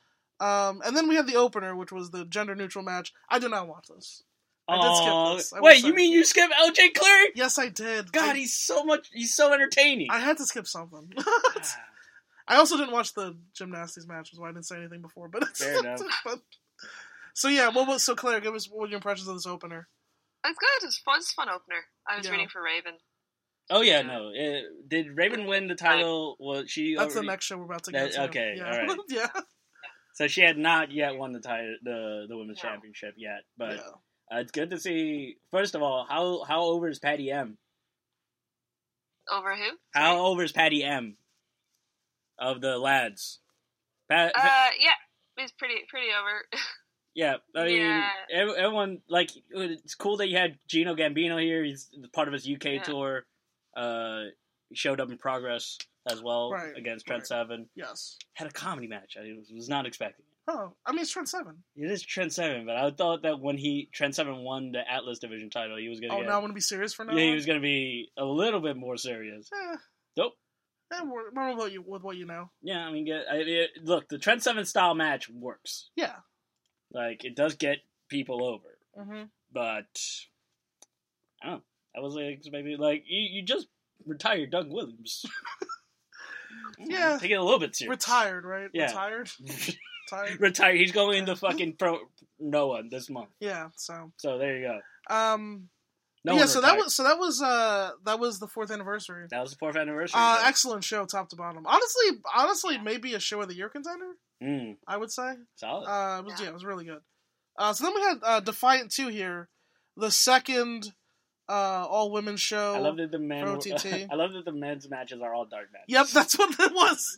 Um, and then we had the opener, which was the gender neutral match. I did not watch this. I did skip Oh, this. I will wait, say. you mean you skip LJ Clear? Yes, I did. God, I, he's so much. He's so entertaining. I had to skip something. Ah, I also didn't watch the gymnastics match, which is why I didn't say anything before. But Fair enough. but- so yeah, what was so Claire? Give us what were your impressions of this opener? It's good. It's fun. It's a fun opener. I was Yeah. rooting for Raven. oh yeah, no. eh, did Raven win the title? Was she? That's the already- next show we're about to That- get to. okay, yeah, all right. yeah, So she had not yet won the title, the the women's No. championship yet. But yeah. uh, it's good to see. First of all, how how over is Patty M? Over who? How over is Patty M? Of the lads, Pat, Uh, yeah. He's pretty, pretty over. Yeah, I mean, Yeah. ev- everyone like it's cool that you had Gino Gambino here. He's part of his UK Yeah. tour. Uh, showed up in progress as well Right, against Trent right. Seven. Yes. Had a comedy match. I was, was not expecting. Oh, I mean it's Trent Seven. It It is Trent Seven, but I thought that when he Trent Seven won the Atlas Division title, he was gonna. Oh, get, now I'm gonna be serious for now. yeah, he was gonna be a little bit more serious. Eh, Nope. eh, we're, we're about you with what you know. Yeah, I mean, get, I, it, look, the Trent Seven style match works. Yeah. Like it does get people over. Mm-hmm. but I don't know. I was like, maybe like you, you just retired Doug Williams. Yeah. take it a little bit serious. Retired, right? Yeah. Retired. Retired. Retired. He's going into fucking pro Noah this month. Yeah. So, So there you go. um, No yeah. one So that retired. was so that was uh that was the fourth anniversary. that was the fourth anniversary. Uh, yeah. excellent show, top to bottom. Honestly, honestly, maybe a show of the year contender. mm, I would say. solid. Uh, it was, Yeah. yeah, it was really good. Uh, so then we had uh, Defiant Two here, the second uh, all women's show. I love that the men. for were- OTT. I love that the men's matches are all dark matches. Yep, that's what it was.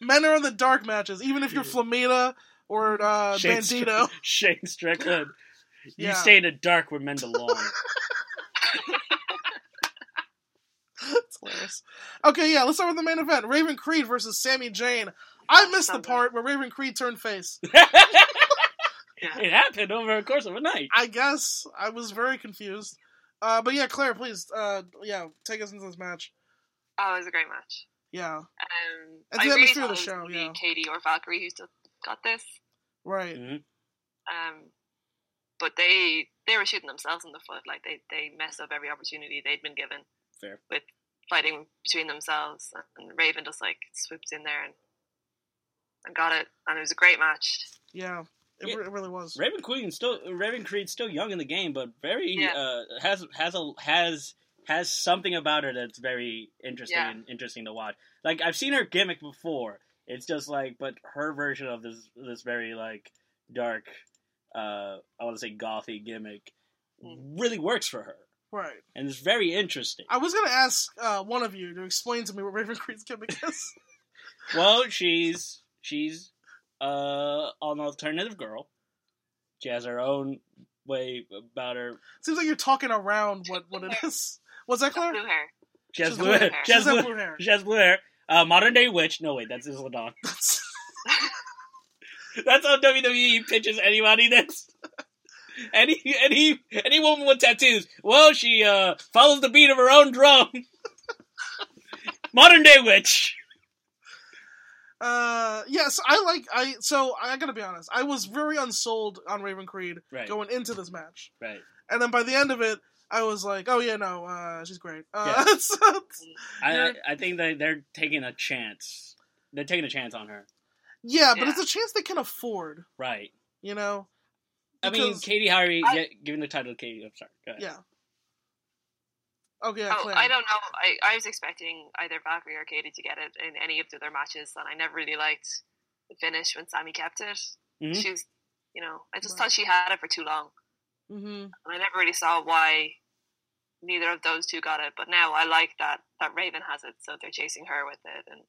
Men are in the dark matches, even if you're Flamita or uh, Shane Bandito. Str- Shane Strickland. Yeah. You stay in the dark where men belong. It's hilarious. Okay, yeah, let's start with the main event. Raven Creed versus Sammy Jane. I missed the part where Raven Creed turned face. it happened over a course of a night. I guess I was very confused. Uh, but yeah, Claire, please, uh, yeah, take us into this match. Oh, it was a great match. Yeah, Um, And I the really atmosphere of the thought it was show, gonna be yeah. Katie or Valkyrie who still got this. right. Um, but they they were shooting themselves in the foot. Like they they messed up every opportunity they'd been given. Fair. With fighting between themselves, and Raven just like swoops in there and and got it, and it was a great match. Yeah, it, Yeah. re- it really was. Raven Queen still Raven Creed's still young in the game, but very Yeah. uh, has has a has has something about her that's very interesting Yeah. and interesting to watch. Like I've seen her gimmick before. It's just like, but her version of this this very like dark, uh, I want to say gothy gimmick, Mm. really works for her, Right. and it's very interesting. Oh. I was gonna ask uh, one of you to explain to me what Raven Creed's gimmick is. Well, she's she's uh an alternative girl. She has her own way about her. Seems like you're talking around what, what it is. Was that Claire? Blue hair. She has She's blue blue hair. hair. She has She's got blue blue hair. She has blue hair. Uh, modern day witch. No wait, that's Isladon. That's how WWE pitches anybody that's any any any woman with tattoos. Well, she uh, follows the beat of her own drum. modern day witch. Uh, yes, I like I. So I gotta be honest. I was very unsold on Raven Creed Right, going into this match, right. and then by the end of it, I was like, oh yeah, no, uh, she's great. Uh, so it's- I I, You're- I think they they're taking a chance. They're taking a chance on her. yeah, but Yeah. it's a chance they can afford. Right. You know. I mean, Because- Katie Harry, I- yeah, giving the title to Katie. I'm sorry. Go ahead. Yeah. Okay. Yeah, Oh, Claire. I don't know. I, I was expecting either Valkyrie or Katie to get it in any of the other matches, and I never really liked the finish when Sammy kept it. Mhm. She was, you know, I just Right. thought she had it for too long, hmm and I never really saw why neither of those two got it. But now I like that that Raven has it, so they're chasing her with it, and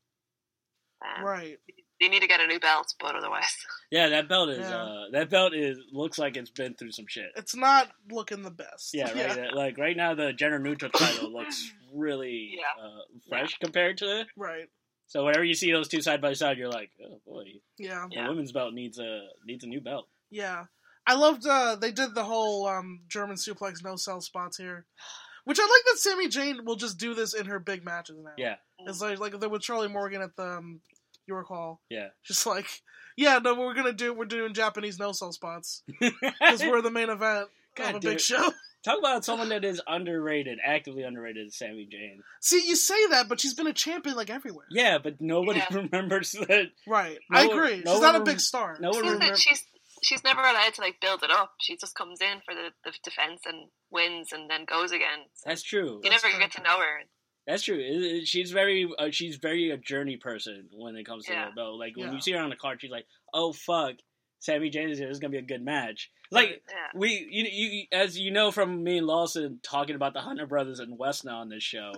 um, Right. they need to get a new belt. But otherwise, Yeah, that belt is Yeah. uh, that belt is looks like it's been through some shit. It's not looking the best. Yeah, right. uh, Like right now, the gender neutral title looks really Yeah. uh, fresh compared to it. Right. So whenever you see those two side by side, you're like, oh boy, Yeah. the Yeah. women's belt needs a needs a new belt. Yeah. I loved uh they did the whole um German suplex no sell spots here. Which I like that Sammy Jane will just do this in her big matches now. Yeah. It's like like with Charlie Morgan at the um, York Hall. Yeah, Just like, yeah, no, we're gonna do we're doing Japanese no sell spots because we're the main event of God a damn big it. show. talk about someone that is underrated, actively underrated, is Sammy Jane. See, you say that, but she's been a champion like everywhere. Yeah, but nobody Yeah. remembers that. Right, No I one- agree. no she's not a one- big star. no one It's just remember- that she's she's never allowed to like build it up. She just comes in for the, the defense and wins, and then goes again. That's true. You That's never fair. get to know her. That's true. It- it- she's very uh, she's very a journey person when it comes to Yeah. the belt. Like when Yeah. you see her on the card, she's like, "Oh fuck, Sammy Jane is here. This is gonna be a good match." Like Yeah. we, you, you as you know from me and Lawson talking about the Hunter brothers and Wesna on this show.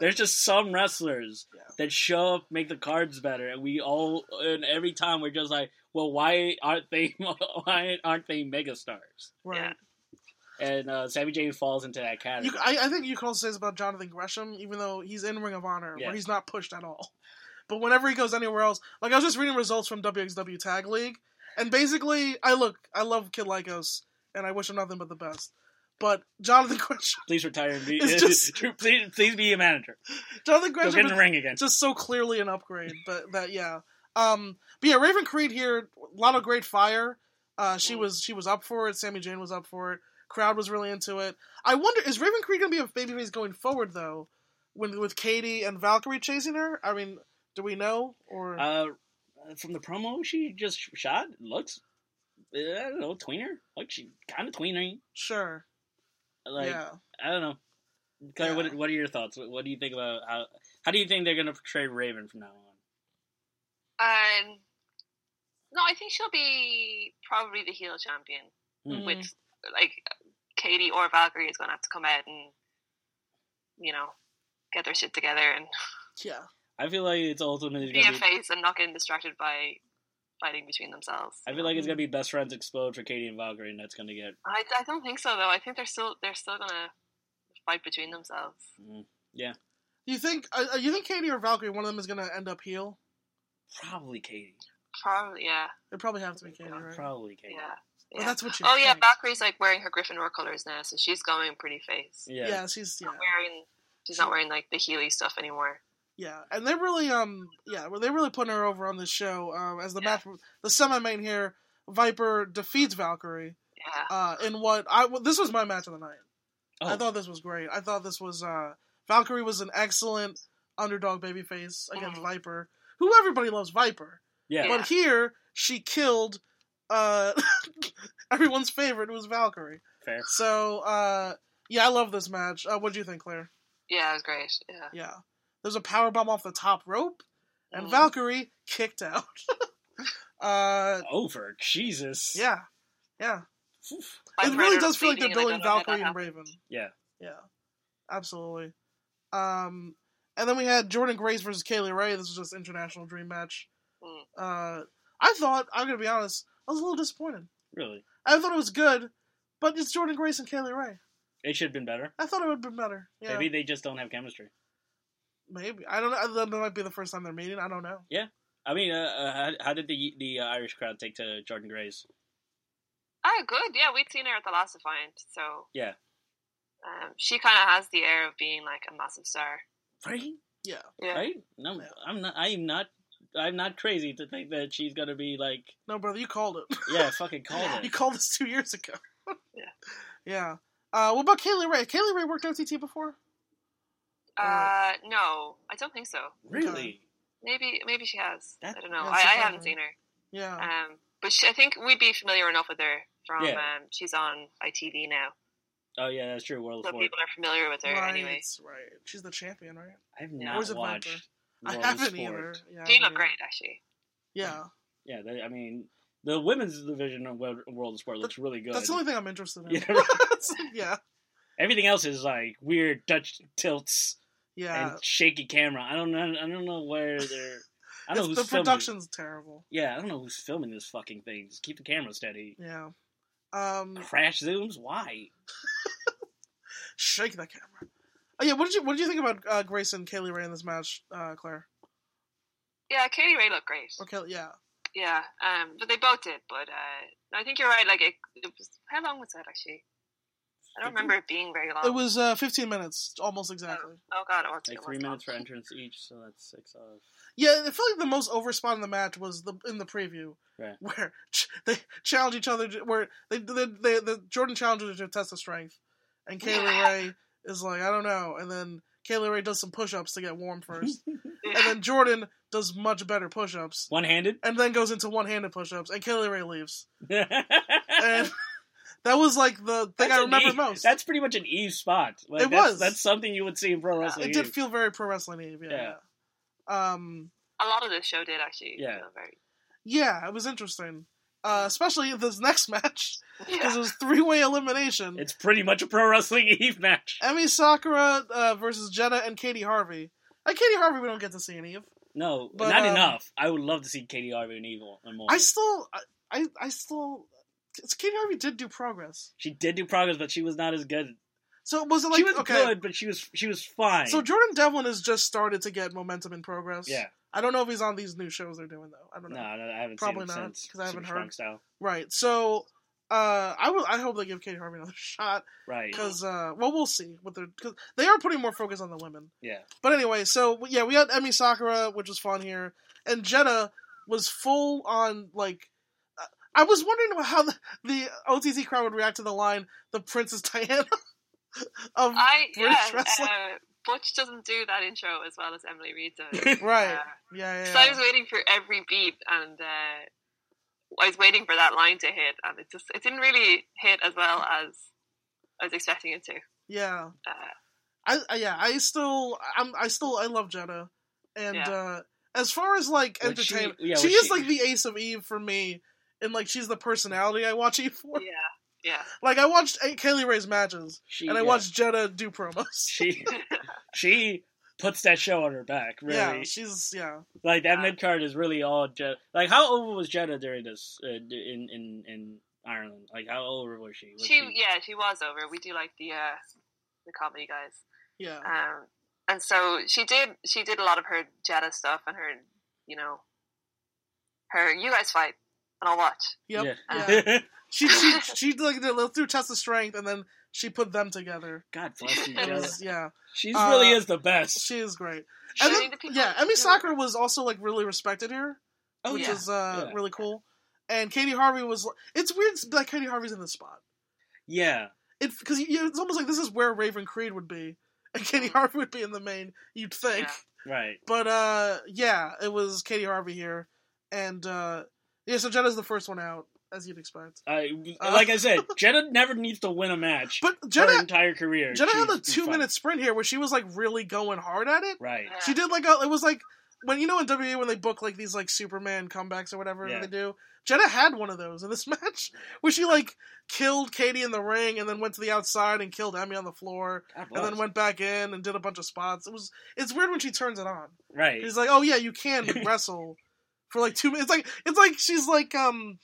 there's just some wrestlers Yeah. that show up, make the cards better, and we all and every time we're just like, "Well, why aren't they? Why aren't they megastars?" Right. Yeah. And uh, Sammy Jane falls into that category. You, I, I think you could also say this about Jonathan Gresham, even though he's in Ring of Honor, Yeah. where he's not pushed at all. But whenever he goes anywhere else, like I was just reading results from WXW Tag League, and basically, I look, I love Kid Lycos, and I wish him nothing but the best. But Jonathan Gresham, please retire and be. It's just- please, please be a manager. Jonathan Go get Gresham in the is ring again. just so clearly an upgrade. But that, yeah. Um, but yeah, Raven Creed here, a lot of great fire. Uh, she was she was up for it. Sammy Jane was up for it. Crowd was really into it. I wonder is Raven Creed gonna be a babyface going forward though, when with Katie and Valkyrie chasing her? I mean, do we know or Uh, from the promo she just shot, looks uh, I don't know tweener, like she kind of tweenering. sure? Like yeah, I don't know. Claire, Yeah. what what are your thoughts? What, what do you think about how how do you think they're gonna portray Raven from now on? Um, no, I think she'll be probably the heel champion. Mm. Hmm. With like Katie or Valkyrie is going to have to come out and you know get their shit together and yeah, I feel like it's ultimately be a gonna be face and not getting distracted by fighting between themselves. I feel like it's gonna be best friends explode for Katie and Valkyrie, and that's gonna get. I, I don't think so though. I think they're still they're still gonna fight between themselves. mm, You think? Uh, you think Katie or Valkyrie? One of them is gonna end up heel. Probably Katie. Probably, yeah, It probably have to be Katie, right? Probably Katie. yeah. Well, yeah. that's what you. Oh yeah, think. Valkyrie's like wearing her Gryffindor colors now, so she's going pretty face. Yeah. Yeah. she's She's yeah, not wearing she's not wearing like the Healy stuff anymore. yeah, and they're really um yeah, well, they're really putting her over on this show. Um, as the Yeah. match, the semi main here, Viper defeats Valkyrie. Yeah, Uh, in what I well, this was my match of the night. Oh, I thought this was great. I thought this was uh Valkyrie was an excellent underdog babyface against Mhm. Viper, who everybody loves Viper. yeah. Yeah. But here she killed uh everyone's favorite was Valkyrie. Fair. So uh yeah, I love this match. Uh, what do you think, Claire? yeah, it was great. Yeah, Yeah. There's a power bomb off the top rope and Mm. Valkyrie kicked out. uh Over. Jesus. yeah. Yeah. Oof. I've it heard really her does feel like they're bleeding, building and I don't know Valkyrie how and that Raven. Yeah. Yeah, absolutely. Um, and then we had Jordan Grace versus Kaylee Ray. This was just international dream match. Mm. Uh, I thought I'm gonna be honest. I was a little disappointed. Really. I thought it was good, but it's Jordan Grace and Kaylee Ray. It should have been better. I thought it would have been better. Yeah, Maybe maybe. they just don't have chemistry. I don't know. That might be the first time they're meeting. I don't know. I mean, uh, uh, how, how did the the uh, Irish crowd take to Jordan Gray's? Oh, good. Yeah, we'd seen her at the last Defiant, so Yeah. um, she kind of has the air of being like a massive star. Right. Yeah, Yeah, Right. No, Yeah. I'm not. I'm not. I'm not crazy to think that she's gonna be like, no, brother, you called it. yeah, fucking called you it. called this two years ago. Yeah. yeah. Uh, what about Kaylee Ray? Kaylee Ray worked OTT before. Uh, no, I don't think so. Really? Maybe maybe she has. That- I don't know. that's I, I surprising. haven't seen her. Yeah. Um, but she, I think we'd be familiar enough with her from. Yeah. Um, she's on ITV now, Oh yeah, that's true. World so of Sport. people are familiar with her right, anyway. right. She's the champion, right? I've Yeah. not Where's it watched. World I of haven't Sport. either. Yeah, She I looked mean, great actually. Oh Yeah, Yeah, they, I mean, the women's division of Wo- World of Sport looks really good. that's the only thing I'm interested in. Yeah, right. yeah, Everything else is like weird Dutch tilts yeah. and shaky camera. I don't know. I don't know where they're. I don't know It's- who's the filming. production's terrible. Yeah, I don't know who's filming this fucking thing. Just keep the camera steady. Yeah. Um, Crash zooms. Why? shake the camera. Oh, yeah, what did you what did you think about uh, Grace and Kaylee Ray in this match, uh, Claire? Yeah, Katie Ray looked great. Or Kay- yeah, Yeah, um, but they both did. But uh, I think you're right. Like, it, it was, how long was that actually? I don't remember it being very long. it was uh, 15 minutes, almost exactly. Oh god, it was Like it three was minutes for long. entrance each, so that's six hours. Yeah, I feel like the most over spot in the match was the in the preview Right. where ch- they challenge each other. to- Where they, they, they the Jordan challenges her to test of strength, and Kaylee Ray is like, I don't know, and then Kaylee Ray does some push ups to get warm first, Yeah. and then Jordan does much better push ups, One handed. and then goes into one handed push ups, and Kaylee Ray leaves, and that was like the thing I remember most. That's pretty much an Eve spot. Like, It that's, was. Uh, That's something you would see in pro Yeah, wrestling. it did Eve. feel very pro wrestling Eve, yeah. Yeah. yeah. Um, a lot of this show did actually. Yeah. feel very- yeah, it was interesting, uh, especially this next match. Yeah. because it was three way elimination. E. It's pretty much a pro wrestling Eve match. Emmy Sakura uh, versus Jenna and Katie Harvey. And Katie Harvey, we don't get to see any of. No, But, not um, enough. I would love to see Katie Harvey and Evil and more. I still, I, I, I still. it's- Katie Harvey did do progress, she did do progress, but she was not as good. so was it like she was okay? good, but she was she was fine. So Jordan Devlin has just started to get momentum in progress. yeah, I don't know if he's on these new shows they're doing though. I don't no, know. no, I haven't Probably seen it not, since 'cause I haven't Super Strong heard. Style. Right. So. Uh, I will. I hope they give Katie Harvey another shot Right? because, uh, well, we'll see what they're because they are putting more focus on the women. Yeah, But anyway, so yeah, we had Emmy Sakura, which was fun here, and Jenna was full on like. I- I was wondering how the, the OTT crowd would react to the line "the Princess Diana" of I British yeah. wrestling. Uh, Butch doesn't do that intro as well as Emily Reed does. right? Uh, Yeah, so I yeah, was waiting for every beat, and uh, I was waiting for that line to hit, and it just it didn't really hit as well as I was expecting it to. yeah. Uh, I I- yeah, I still, I'm, I still, I love Jenna, and Yeah. uh, as far as like When she- entertainment, she, yeah, when is she- like the ace of Eve for me, and like she's the personality I watch Eve for. yeah, yeah. Like I watched Kaylee Ray's matches, she and I yeah. watched Jenna do promos. she she puts that show on her back. Really, Yeah, she's yeah. like that Yeah. mid card is really all Jed. Like how over was Jeddah during this uh, in in in Ireland? Like how over was she? Was She yeah, she was over. We do like the uh, the comedy guys. Yeah. Um, and so she did she did a lot of her Jetta stuff and her you know her you guys fight and I'll watch. Yep. Yeah. Uh, Yeah. She she she like did a little- through test of strength and then she put them together. God bless you, It Jeddah. was- yeah. She Uh, really is the best. She is great. I And mean, then, the people- yeah, you know, Emmy Soccer was also like really respected here, Oh, which yeah. is uh, Yeah. really cool. And Katie Harvey was. It's weird that Katie Harvey's in this spot. Yeah, It's because you, it's almost like this is where Raven Creed would be, and Katie Mhm. Harvey would be in the main. You'd think, Yeah. right. but uh, yeah, it was Katie Harvey here, and uh, yeah, so Jeddah's the first one out, as you'd expect. I Uh. like I said, Jeddah never needs to win a match But her Jeddah, entire career. Jenna had She's- a she's two fine. minute sprint here where she was like really going hard at it. Right. Yeah. She did like a, it was like when you know in WWE when they book like these like Superman comebacks or whatever Yeah. they do. Jenna had one of those in this match where she like killed Katie in the ring and then went to the outside and killed Emmy on the floor God and then bless. went back in and did a bunch of spots. It was it's weird when she turns it on. right. He's like, oh yeah, you can wrestle for like two minutes. It's like it's like she's like um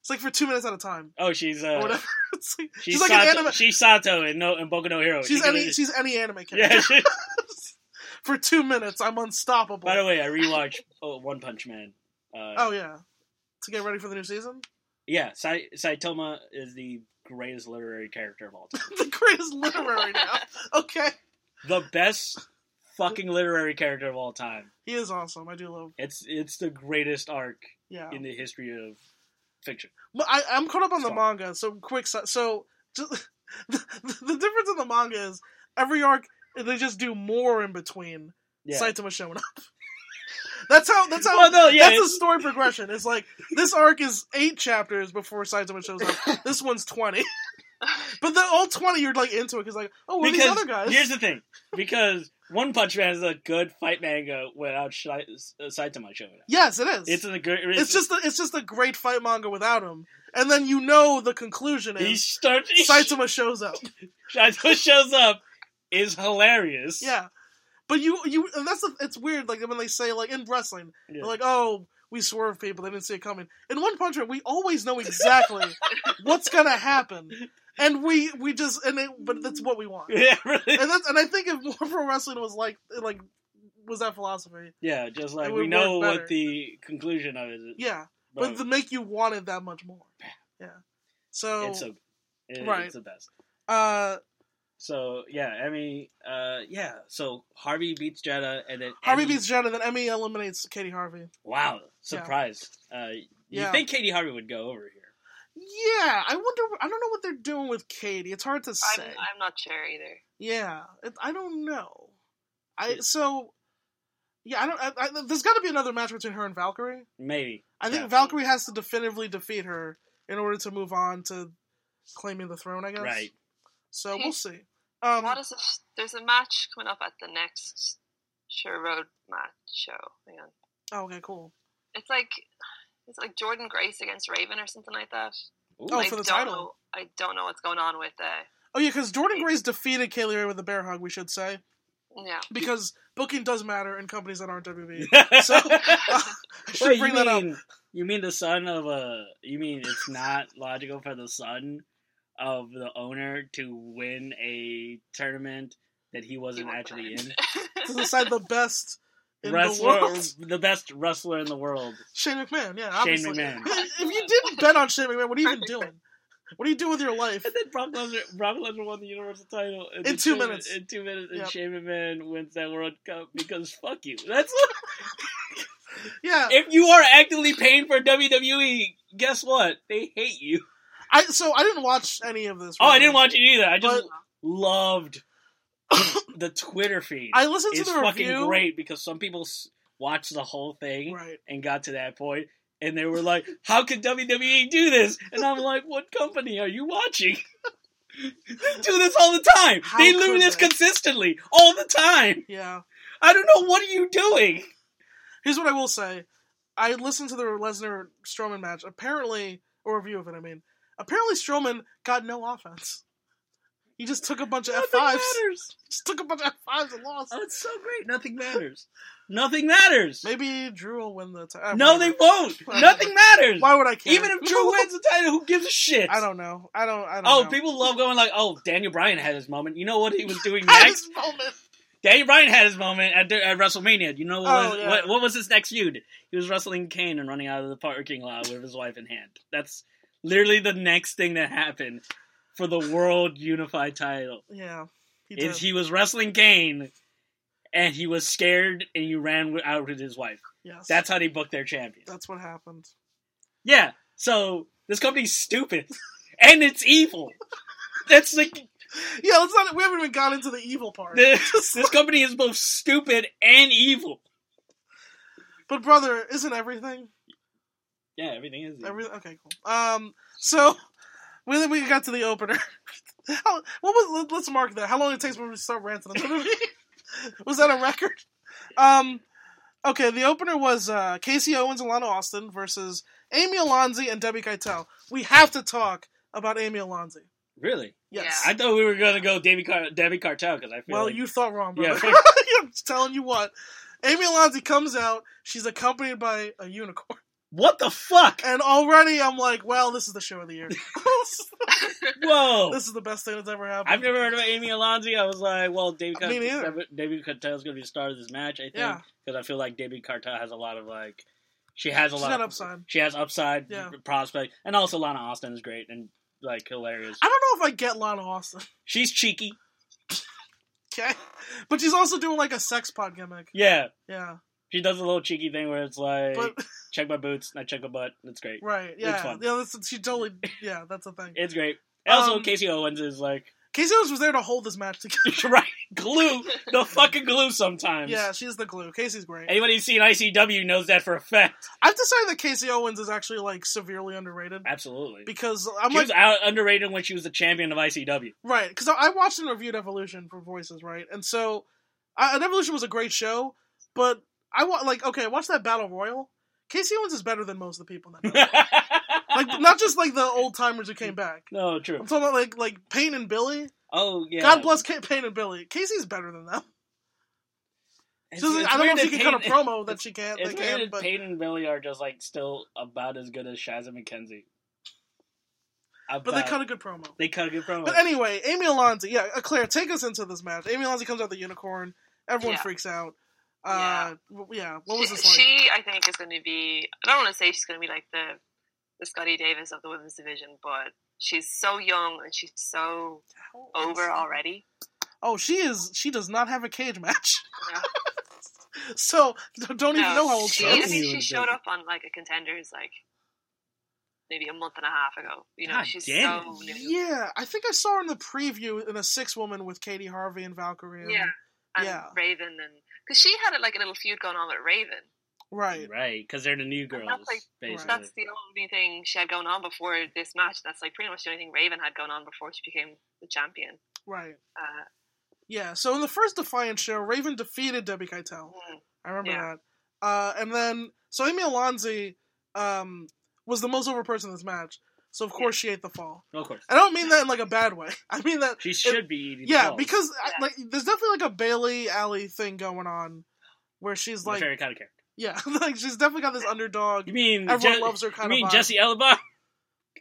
it's like for two minutes at a time. Oh, she's Or uh, whatever. It's like, she's, she's like Sato, an anime. she's Sato in no in Boku no Hero. She's She can- any she's any anime character. yeah. she- for two minutes. I'm unstoppable. by the way, I rewatched oh, One Punch Man. Uh, oh yeah, to get ready for the new season. yeah, Sai- Saitama is the greatest literary character of all time. the greatest literary now. Okay, the best fucking literary character of all time. he is awesome. I do love. It's it's the greatest arc Yeah, in the history of fiction. But I, I'm caught up on the Sorry. manga. So quick. si- So just, the, the difference in the manga is every arc they just do more in between Yeah. Saitama showing up. That's how. That's how. Well, no, yeah, that's the it's- story progression. It's like this arc is eight chapters before Saitama shows up. This one's twenty, but the all twenty you're like into it because like oh, what are these because other guys? here's the thing, because One Punch Man is a good fight manga without Shai- uh, Saitama showing up. yes, it is. It's a good. It's just a, it's just a great fight manga without him, and then you know the conclusion he is starts. Saitama shows up. Saitama shows up is hilarious. Yeah, but you you and that's the, it's weird. Like when they say like in wrestling, Yeah. they're like, "Oh, we swerve people; they didn't see it coming." In One Punch Man, we always know exactly what's gonna happen, and we we just and it, but that's what we want. yeah, really. And that's and I think if more pro wrestling was like like was that philosophy, Yeah, just like It we would know work what better. the conclusion of it is. yeah, but but to make you want it that much more. Yeah, so it's a, it- Right. it's the best. uh, So yeah, Emmy. Uh, yeah. So Harvey beats Jetta, and then Harvey Emmy- beats Jenna, then Emmy eliminates Katie Harvey. Wow, surprise! Uh, you Yeah. think Katie Harvey would go over here? Yeah, I wonder. I don't know what they're doing with Katie. It's hard to I'm, say. I'm not sure either. yeah, it, I don't know. I so yeah, I don't. I, I, there's got to be another match between her and Valkyrie. Maybe. I think Yeah. Valkyrie has to definitively defeat her in order to move on to claiming the throne. I guess. Right. So we'll see. Um, what is this? There's a match coming up at the next Sure Road match show. Hang on. oh, okay, cool. It's like it's like Jordan Grace against Raven or something like that. Ooh. Oh, I for the don't title. Know, I don't know what's going on with uh Oh yeah, because Jordan Grace defeated Kaylee Ray with a bear hug. We should say yeah. because booking does matter in companies that aren't WWE. So Wait, I should you bring that up. mean- You mean the son of a? You mean it's not logical for the son of the owner to win a tournament that he wasn't won actually that. in? to decide the best in the wrestler, world. the best wrestler in the world. Shane McMahon, yeah, Shane obviously. McMahon. If you didn't bet on Shane McMahon, what are you even doing? What are you doing with your life? And then Brock Lesnar, Brock Lesnar won the Universal title and In then two Shane- minutes. In two minutes, and Yep. Shane McMahon wins that World Cup because fuck you. That's Yeah, if you are actively paying for WWE, guess what? They hate you. I so I didn't watch any of this. Oh, I really. didn't watch it either. I just But- loved the Twitter feed. I listened it's to the fucking review. great because some people s- watched the whole thing Right. and got to that point, and they were like, "How could WWE do this?" And I'm like, "What company are you watching?" they do this all the time. How they do could this they? consistently all the time. Yeah. I don't know what are you doing. Here's what I will say. I listened to the Lesnar Strowman match. Apparently, or review of it. I mean, apparently Strowman got no offense. He just took a bunch of F Nothing fives. matters. Just took a bunch of F fives and lost. Oh, it's so great. Nothing matters. Nothing matters. Maybe Drew will win the title. No, they won't. Nothing matters. Why would I care? Even if Drew wins the title, who gives a shit? I don't know. I don't. I don't. Oh, know. people love going like, "Oh, Daniel Bryan had his moment." You know what he was doing At next? this moment, Daniel Bryan had his moment at, at WrestleMania. You know what, Oh, yeah. what? What was his next feud? He was wrestling Kane and running out of the parking lot with his wife in hand. That's literally the next thing that happened for the World Unified Title. yeah, he did. is he was wrestling Kane, and he was scared, and he ran wi- out with his wife. yes, That's how they booked their champion. that's what happened. Yeah. So this company's stupid, and it's evil. That's like Yeah, let's not. We haven't even got into the evil part. this, this company is both stupid and evil. But brother, isn't everything? Yeah, everything is. Evil. Everything. Okay, cool. Um, so when we got to the opener, how, what was? let- Let's mark that. How long it takes before we start ranting? That's what it- was that a record? Um, okay. The opener was uh, Casey Owens and Lana Austin versus Amy Alonzi and Debbie Keitel. We have to talk about Amy Alonzi. Really? Yes. I thought we were gonna go Davy Car- Debbie Cartel because I feel Well, like you thought wrong, Yeah. brother. I'm just telling you what. Amy Alonzi comes out. She's accompanied by a unicorn, what the fuck? and already I'm like, "Well, this is the show of the year. Whoa! this is the best thing that's ever I've happened." never heard of Amy Alonzi. I was like, well, Davy Me Cartel, neither. Davy Cartel's gonna be the star of this match. I think Yeah. because I feel like Davy Cartel has a lot of like, she has a She's lot. got of- upside. She has upside Yeah. prospect, and also Lana Austin is great and like hilarious. I don't know if I get Lana Austin. She's cheeky. Okay, but she's also doing like a sex pod gimmick. Yeah, Yeah, she does a little cheeky thing where it's like, but check my boots, I check my butt. That's great. right, It's yeah, fun. yeah. That's, she totally, yeah, that's a thing. It's great. Also, Um, Casey Owens is like Casey Owens was there to hold this match together. right glue, the fucking glue. Sometimes, Yeah, she's the glue. Casey's great. Anybody who's seen ICW knows that for a fact. I've decided that Casey Owens is actually like severely underrated Absolutely. because I'm she like Uh, was out, underrated when she was the champion of ICW. Right, because I I watched and reviewed Evolution for Voices, right? And so, I, and Evolution was a great show, but I want like okay, watch that Battle Royal. Casey Owens is better than most of the people in that. like not just like the old timers who came back. no, I'm true. talking about like like Payne and Billy. Oh yeah. God bless Ca Payne and Billy. Casey's better than them. It's- She's like, it's I don't know weird if she can that cut a Peyton- promo that she can't. They It's weird can, that but Peyton and Billy are just like still about as good as Shaz and McKenzie. About, but they cut a good promo. they cut a good promo. But anyway, Amy Alonzi, yeah, uh, Claire, take us into this match. Amy Alonzi comes out the unicorn. Everyone Yeah. freaks out. Uh, w- yeah. What was she, this like? she, I think, is going to be. I don't want to say she's going to be like the the Scotty Davis of the women's division, but she's so young and she's so over already. Oh, she is. She does not have a cage match, No. so don't don't even know how old she she, How I can is. you think she even showed do it? up on like a contenders like maybe a month and a half ago. You know, God she's damn so new. Yeah, I think I saw her in the preview in a six woman with Katie Harvey and Valkyrie. and- Yeah. And Yeah. Raven and because she had like a little feud going on with Raven. right. right, because they're the new girls, That's like- basically. That's the only thing she had going on before this match. That's like pretty much the only thing Raven had going on before she became the champion. Right. Uh, Yeah. So in the first Defiant show, Raven defeated Debbie Keitel. mm, I remember Yeah. that. Uh, and then so Amy Alonzi um, was the most over person in this match. So of course she ate the fall. of course, I don't mean that in like a bad way. I mean that she should be eating. Yeah, balls. because I, Yeah. like there's definitely like a Bailey Alley thing going on, where she's My like, favorite kind of character. yeah, like she's definitely got this underdog. You mean Everyone Je- loves her You kind mean of vibe. Jesse Elba?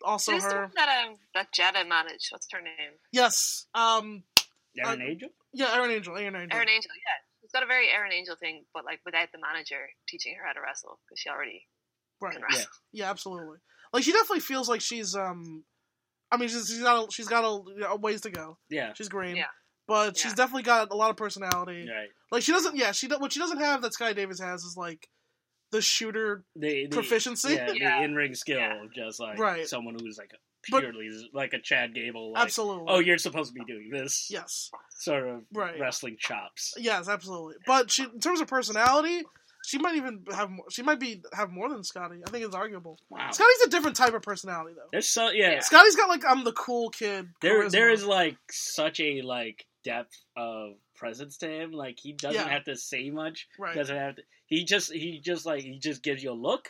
Also who's the her, one that um that Jada managed? What's her name? yes, um, Aaron Uh, Angel? yeah, Aaron Angel, Aaron Mm-hmm. Angel, Aaron Angel. Yeah, she's got a very Aaron Angel thing, but like without the manager teaching her how to wrestle because she already right? can wrestle. Yeah, absolutely. Like she definitely feels like she's um, I mean she's, she's got a, she's got a, a ways to go. Yeah, She's green, Yeah. but she's Yeah. definitely got a lot of personality. right. Like she doesn't, yeah, she do- what she doesn't have that Sky Davis has is like the shooter The, the, proficiency. yeah, Yeah. the in-ring skill Yeah. of just like Right. someone who's like But- purely like a Chad Gable. Like, absolutely. Oh, you're supposed to be doing this yes, sort of Right. wrestling chops. Yes, absolutely. But she, in terms of personality, she might even have more, she might be have more than Scotty. I think it's arguable. Wow. Scotty's a different type of personality though. There's so yeah. Yeah. Scotty's got like I'm the cool kid. There charisma. there is like such a like depth of presence to him. Like he doesn't Yeah. have to say much. right. Doesn't have to. He just he just like he just gives you a look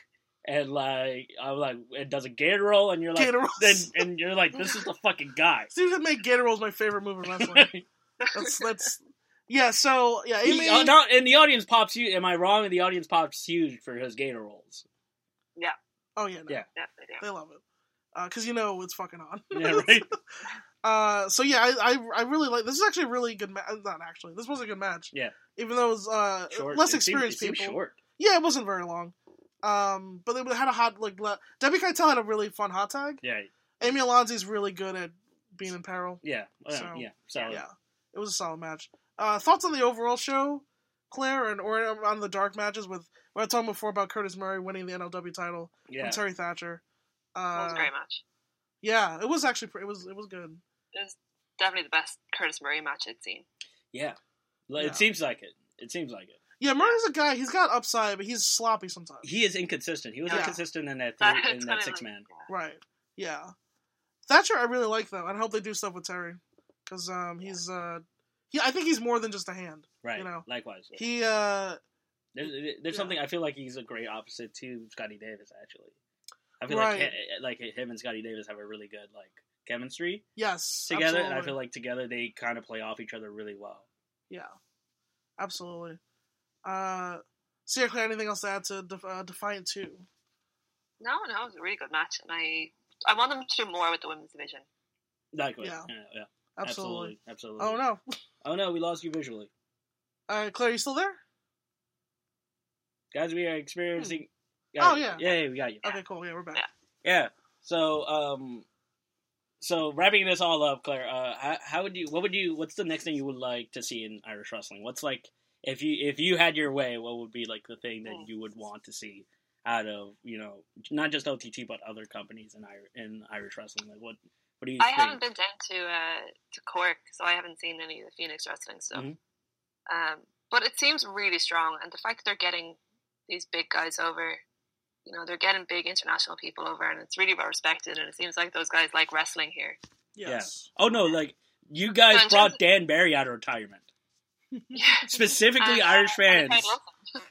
and like I'm like it does a gator roll, and you're like Gator rolls. then and you're like this is the fucking guy. Steve that made Gator Roll's my favorite move in wrestling. that's that's yeah. So yeah, Amy. He- uh, no, and the audience pops huge. Am I wrong? And the audience pops huge for his gator rolls. oh yeah, no, Yeah. Yeah, they do. they love it because you know it's fucking on. Yeah, right. Uh, so yeah, I, I I really like this is actually a really good match. Not actually, this was a good match. Yeah. even though it was uh, Short. less It seemed- experienced it seemed people. Short. Yeah, it wasn't very long. Um, but they had a hot like le- Debbie Keitel had a really fun hot tag. Yeah, Amy Alonzi's really good at being in peril. yeah, well, So, yeah. So Yeah, it was a solid match. Uh, thoughts on the overall show, Claire, and or um, on the dark matches with we were talking before about Curtis Murray winning the NLW title yeah, from Terry Thatcher. That Uh, was a great match. yeah, it was actually pre- it was it was good. It was definitely the best Curtis Murray match I'd seen. yeah. Well, Yeah. It seems like it. It seems like it. Yeah, Murray's a guy. He's got upside, but he's sloppy sometimes. He is inconsistent. He was Yeah. inconsistent in that That- three, in it's that kinda six like- man. Right. Yeah. Thatcher, I really like though, and I hope they do stuff with Terry, because um, he's uh, yeah, I think he's more than just a hand. Right. You know. Likewise. He uh, There's, there's Yeah. something I feel like he's a great opposite to Scotty Davis. Actually, I feel Right. like he- eh, like him and Scotty Davis have a really good like chemistry yes, together, absolutely. and I feel like together they kind of play off each other really well. yeah, absolutely. Uh, Sierra Claire, anything else to add to Def- uh, Defiant Two? No, no, it was a really good match, and I I want them to do more with the women's division. Likewise. Yeah. yeah, yeah. Absolutely. Absolutely. Oh no, Oh no, we lost you visually. uh, Claire, you still there? Guys, we are Hmm. experiencing Oh, yeah. yeah. Yeah, we got you. Okay, cool. Yeah, we're back. Yeah. Yeah. So, um so wrapping this all up, Claire, uh how, how would you what would you what's the next thing you would like to see in Irish wrestling? What's like if you if you had your way, what would be like the thing Hmm. that you would want to see out of, you know, not just OTT but other companies in Ir- in Irish wrestling? Like what what do you I think? haven't been down to uh, to Cork, so I haven't seen any of the Phoenix wrestling stuff. Mhm. Um, but it seems really strong, and the fact that they're getting these big guys over, you know, they're getting big international people over, and it's really well respected. And it seems like those guys like wrestling here. Yes. Oh no, like you guys Dungeons- brought Dan Barry out of retirement. Specifically And, uh, Irish and I fans. love them.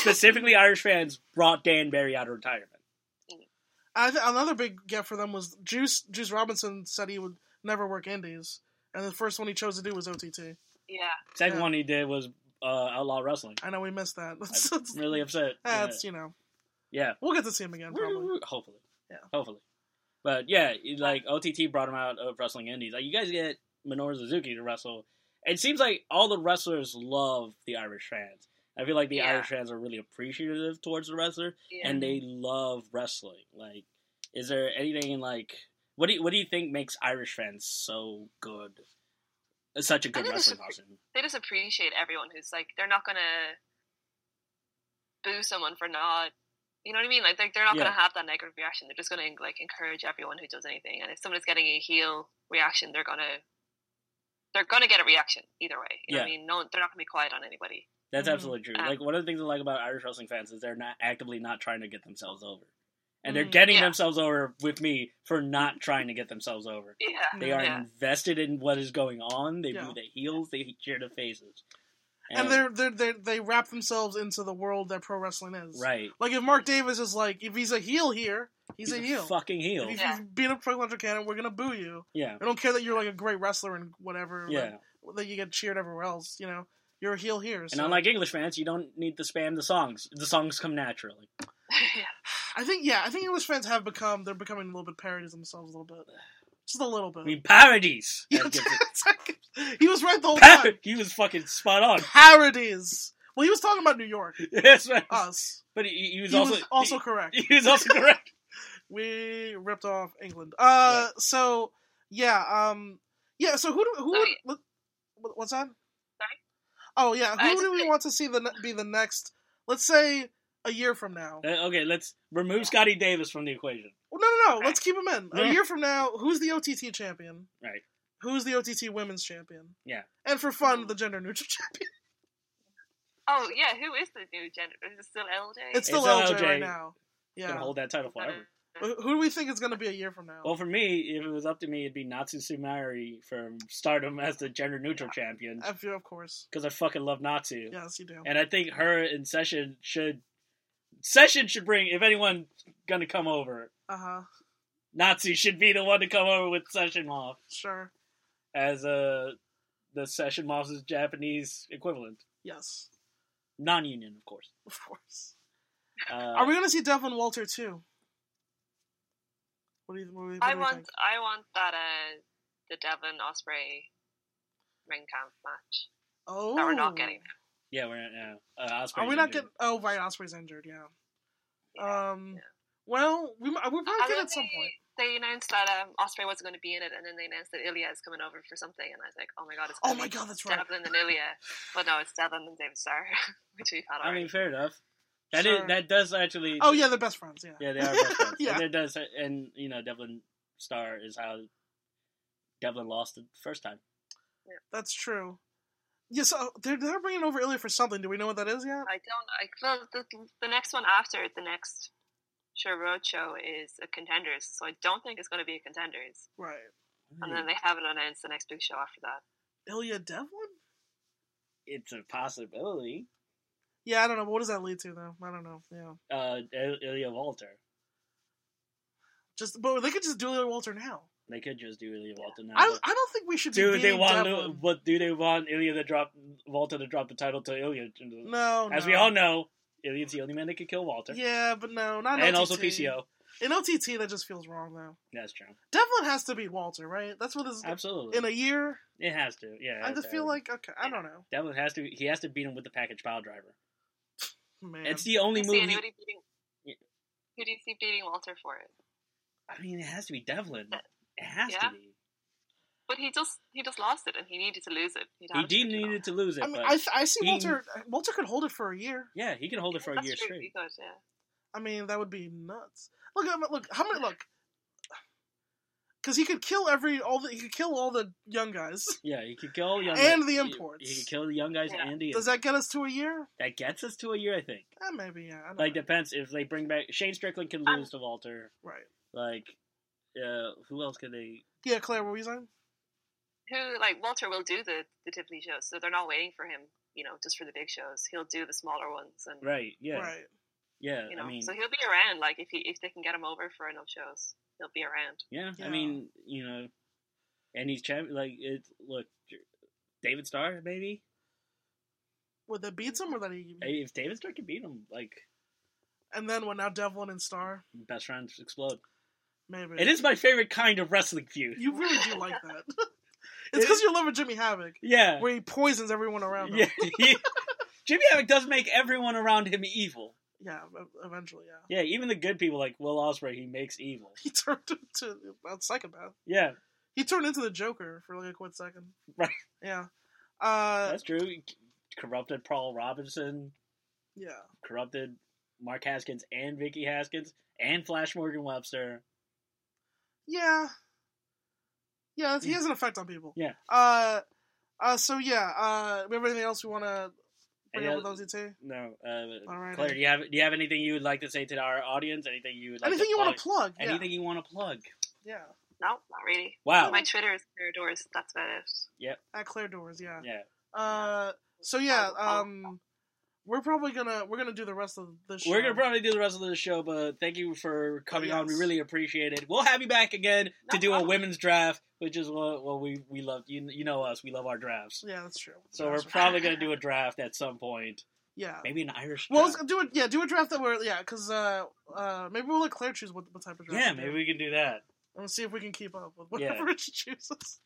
specifically Irish fans brought Dan Barry out of retirement. I th- another big get for them was Juice. Juice Robinson said he would never work indies, and the first one he chose to do was OTT. Yeah, Second Yeah. one he did was uh, Outlaw Wrestling. I know we missed that. That's, I'm really upset. that's you know yeah. we'll get to see him again probably. Woo, Hopefully. Yeah. Hopefully. But yeah, you- like OTT brought him out of wrestling indies. Like you guys get Minoru Suzuki to wrestle. It seems like all the wrestlers love the Irish fans. I feel like the Yeah. Irish fans are really appreciative towards the wrestler, yeah. and they love wrestling. Like, is there anything in like what do you, what do you think makes Irish fans so good, such a good think it's wrestling just- person? they just appreciate everyone who's like they're not gonna boo someone for not you know what I mean? Like they're, they're not Yeah. gonna have that negative reaction. They're just gonna like encourage everyone who does anything. And if someone's getting a heel reaction, they're gonna they're gonna get a reaction either way. You know what I mean? No, they're not gonna be quiet on anybody. That's Mhm. absolutely true. Um, like one of the things I like about Irish wrestling fans is they're not actively not trying to get themselves over, and they're Mhm. getting Yeah. themselves over with me for not trying to get themselves over. Yeah, They are Yeah. invested in what is going on. They Mm-hmm. Yeah. boo the heels. They cheer the faces. and they're, they're they're they wrap themselves into the world that pro wrestling is. right. Like if Mark Davis is like, if he's a heel here, he's, a heel. fucking heel. If you Yeah. beat up Frank Electric Cannon, we're gonna boo you. yeah, I don't care that you're like a great wrestler and whatever. like, yeah. that you get cheered everywhere else. You know, you're a heel here. and so- unlike English fans, you don't need to spam the songs. The songs come naturally. yeah. I think yeah, I think English fans have become they're becoming a little bit parodies of themselves a little bit, just a little bit. I mean, parodies. Yeah, Eric Gibson. it's like- he was right the whole Par- time. he was fucking spot on. Parodies. Well, he was talking about New York, yes, man. us. but he, he was Uh, he also was also correct. he was also correct. we ripped off England. Uh, so yeah, um, yeah. So who do who? Oh, yeah. would- what- what's that? Sorry? Oh yeah, I who just do we think- want to see the ne- be the next? Let's say a year from now. Uh, okay, let's remove Scotty Davis from the equation. Well, no, no, no. Okay. Let's keep him in. A Yeah. year from now, who's the OTT champion? Right. Who's the OTT women's champion? Yeah. And for fun, the gender neutral champion. Oh yeah, who is the new gender? Is it still LJ? It's still It's LJ, LJ. right now. Gonna Yeah. hold that title Uh, forever. Who who do we think is going to be a year from now? Well, for me, if it was up to me, it'd be Natsu Sumari from Stardom as the gender neutral champion I feel, of course. because I fucking love Natsu, Yes, you do. and I think her in session should Session should bring if anyone gonna come over. Uh huh. Nazi should be the one to come over with Session Moth Sure. as uh, the Session Moth's Japanese equivalent, Yes. non-union, of course. Of course. Uh, Are we gonna see Devlin Walter too? What do you, what do you, what I do you want think? I want that uh the Devon Osprey ring camp match Oh, that we're not getting. yeah, we're not. Uh, uh, Are Osprey's we not injured. getting? Oh, right. Osprey's injured. Yeah. Yeah. um. yeah. Well, we mi- we'll probably I get it don't Oh, at some think- point. They announced that um, Osprey wasn't going to be in it, and then they announced that Ilya is coming over for something, and I was like, "Oh my god, it's Oh gonna my be god, that's right. Devlin and Ilya." But no, it's Devlin and David Starr, which we've had I already. mean, fair enough. That is- Sure. that does actually. Oh yeah, they're best friends. Yeah. Yeah, they are best friends. Yeah. And it does, and you know, Devlin Star is how Devlin lost the first time. That's true. Yeah. So they're they're bringing over Ilya for something. Do we know what that is yet? I don't. I well, the, the next one after the next Sure Road show is a contenders, so I don't think it's going to be a contenders. Right. And Hmm. then they haven't announced the next big show after that. Ilya Devlin. It's a possibility. Yeah, I don't know. What does that lead to though? I don't know. Yeah. Uh, Il- Ilya Walter. Just but they could just do Ilya Walter now. They could just do Ilya Walter now. I don't, but- I don't think we should. Uh, do be they beating want? Devlin. But do they want Ilya to drop Walter to drop the title to Ilya? No. As no. we all know, Ilya's the only man that could kill Walter. Yeah, but no, not in and also OTT. PCO. In OTT, that just feels wrong though. That's true. Devlin has to beat Walter, right? That's what this is. Absolutely. In a year, it has to. Yeah. it I has just to feel happen. like okay, I don't know, Devlin has to. He has to beat him with the package pile driver. man. It's the only Do you see movie. anybody beating? Yeah. Who do you see beating Walter for it? I mean, it has to be Devlin. That- It has Uh, yeah. to be. But he just he just lost it, and he needed to lose it. He'd He had it did for too long. needed to lose it, I mean, but I, I see he- Walter. Walter could hold it for a year. yeah, he can hold it for a That's year true, straight. he could, yeah. I mean, that would be nuts. Look, I mean, look, how many? Look, because he could kill every all the he could kill all the young guys. Yeah, he could kill young And the he- imports. He, could kill the young guys Yeah. and the Does that get us to a year? that gets us to a year, I think. Eh, maybe yeah. I don't Like know. depends if they bring back Shane Strickland can Um, lose to Walter. right? Like, uh, who else could they? Yeah, Claire, what were you saying? who like Walter will do the the Tiffany shows, so they're not waiting for him, you know, just for the big shows. He'll do the smaller ones, and Right? Yeah, Right. yeah. you know, I mean, so he'll be around. Like if he if they can get him over for enough shows, he'll be around. yeah, Yeah. I mean, you know, and he's champion. Like, it look, David Starr maybe. Would that beat him or that he? Hey, If David Starr can beat him, like, And then when now Devlin and Star, best friends explode. maybe It is my favorite kind of wrestling feud. You really do like that. it's because you love Jimmy Havoc, Yeah. where he poisons everyone around him. Yeah. Jimmy Havoc does make everyone around him evil. Yeah, ev- eventually, yeah. Yeah, even the good people like Will Osprey, he makes evil. He turned into a psychopath. Yeah, He turned into the Joker for like a quick second. Right. Yeah. Uh, that's true. Corrupted Paul Robinson, yeah. corrupted Mark Haskins and Vicky Haskins and Flash Morgan Webster. Yeah. Yeah, he has an effect on people. Yeah. Uh, uh, so yeah, uh, we have anything else we want to bring Any up with OTT? No, uh, All right. Claire, do you have do you have anything you would like to say to our audience? Anything you would like anything to you plug? want to plug? Yeah. Anything you want to plug? Yeah. No, not really. Wow. My Twitter is Claire Doors. That's about it. At Claire Doors, yeah. Yeah. Uh, so yeah, I'll- I'll- um, we're probably gonna we're gonna do the rest of the show. We're gonna probably do the rest of the show, but thank you for coming on. We Yes. really appreciate it. We'll have you back again to No do a problem. women's draft, which is what, what we we love. You you know us, we love our drafts. Yeah, that's true. So we're That's right. probably gonna do a draft at some point, yeah. maybe an Irish. Well, draft. let's do it. Yeah, do a draft that we're yeah, because uh, uh, maybe we'll let Claire choose what, what type of draft. yeah, to do. maybe we can do that. And see if we can keep up with Yeah. whatever she chooses.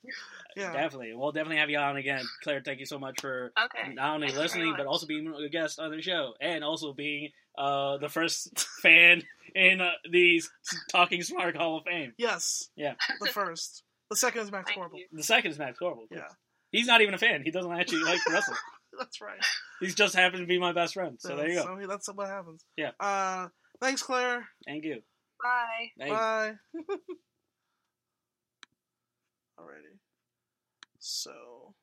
Yeah, Definitely, we'll definitely have you on again, Claire. Thank you so much for Okay. not only Thank you very listening but much. also being a guest on the show, and also being uh, the first fan in uh, the Talking Smart Hall of Fame. yes. Yeah. the first. The second is Max Thank Corbel. you. The second is Max Corbel. Yeah, He's not even a fan. He doesn't actually like wrestling. that's right. He's just happened to be my best friend. So there you go. So he- that's what happens. Yeah. Uh, thanks, Claire. Thank you. Bye. Thank you. Bye. Alrighty. So.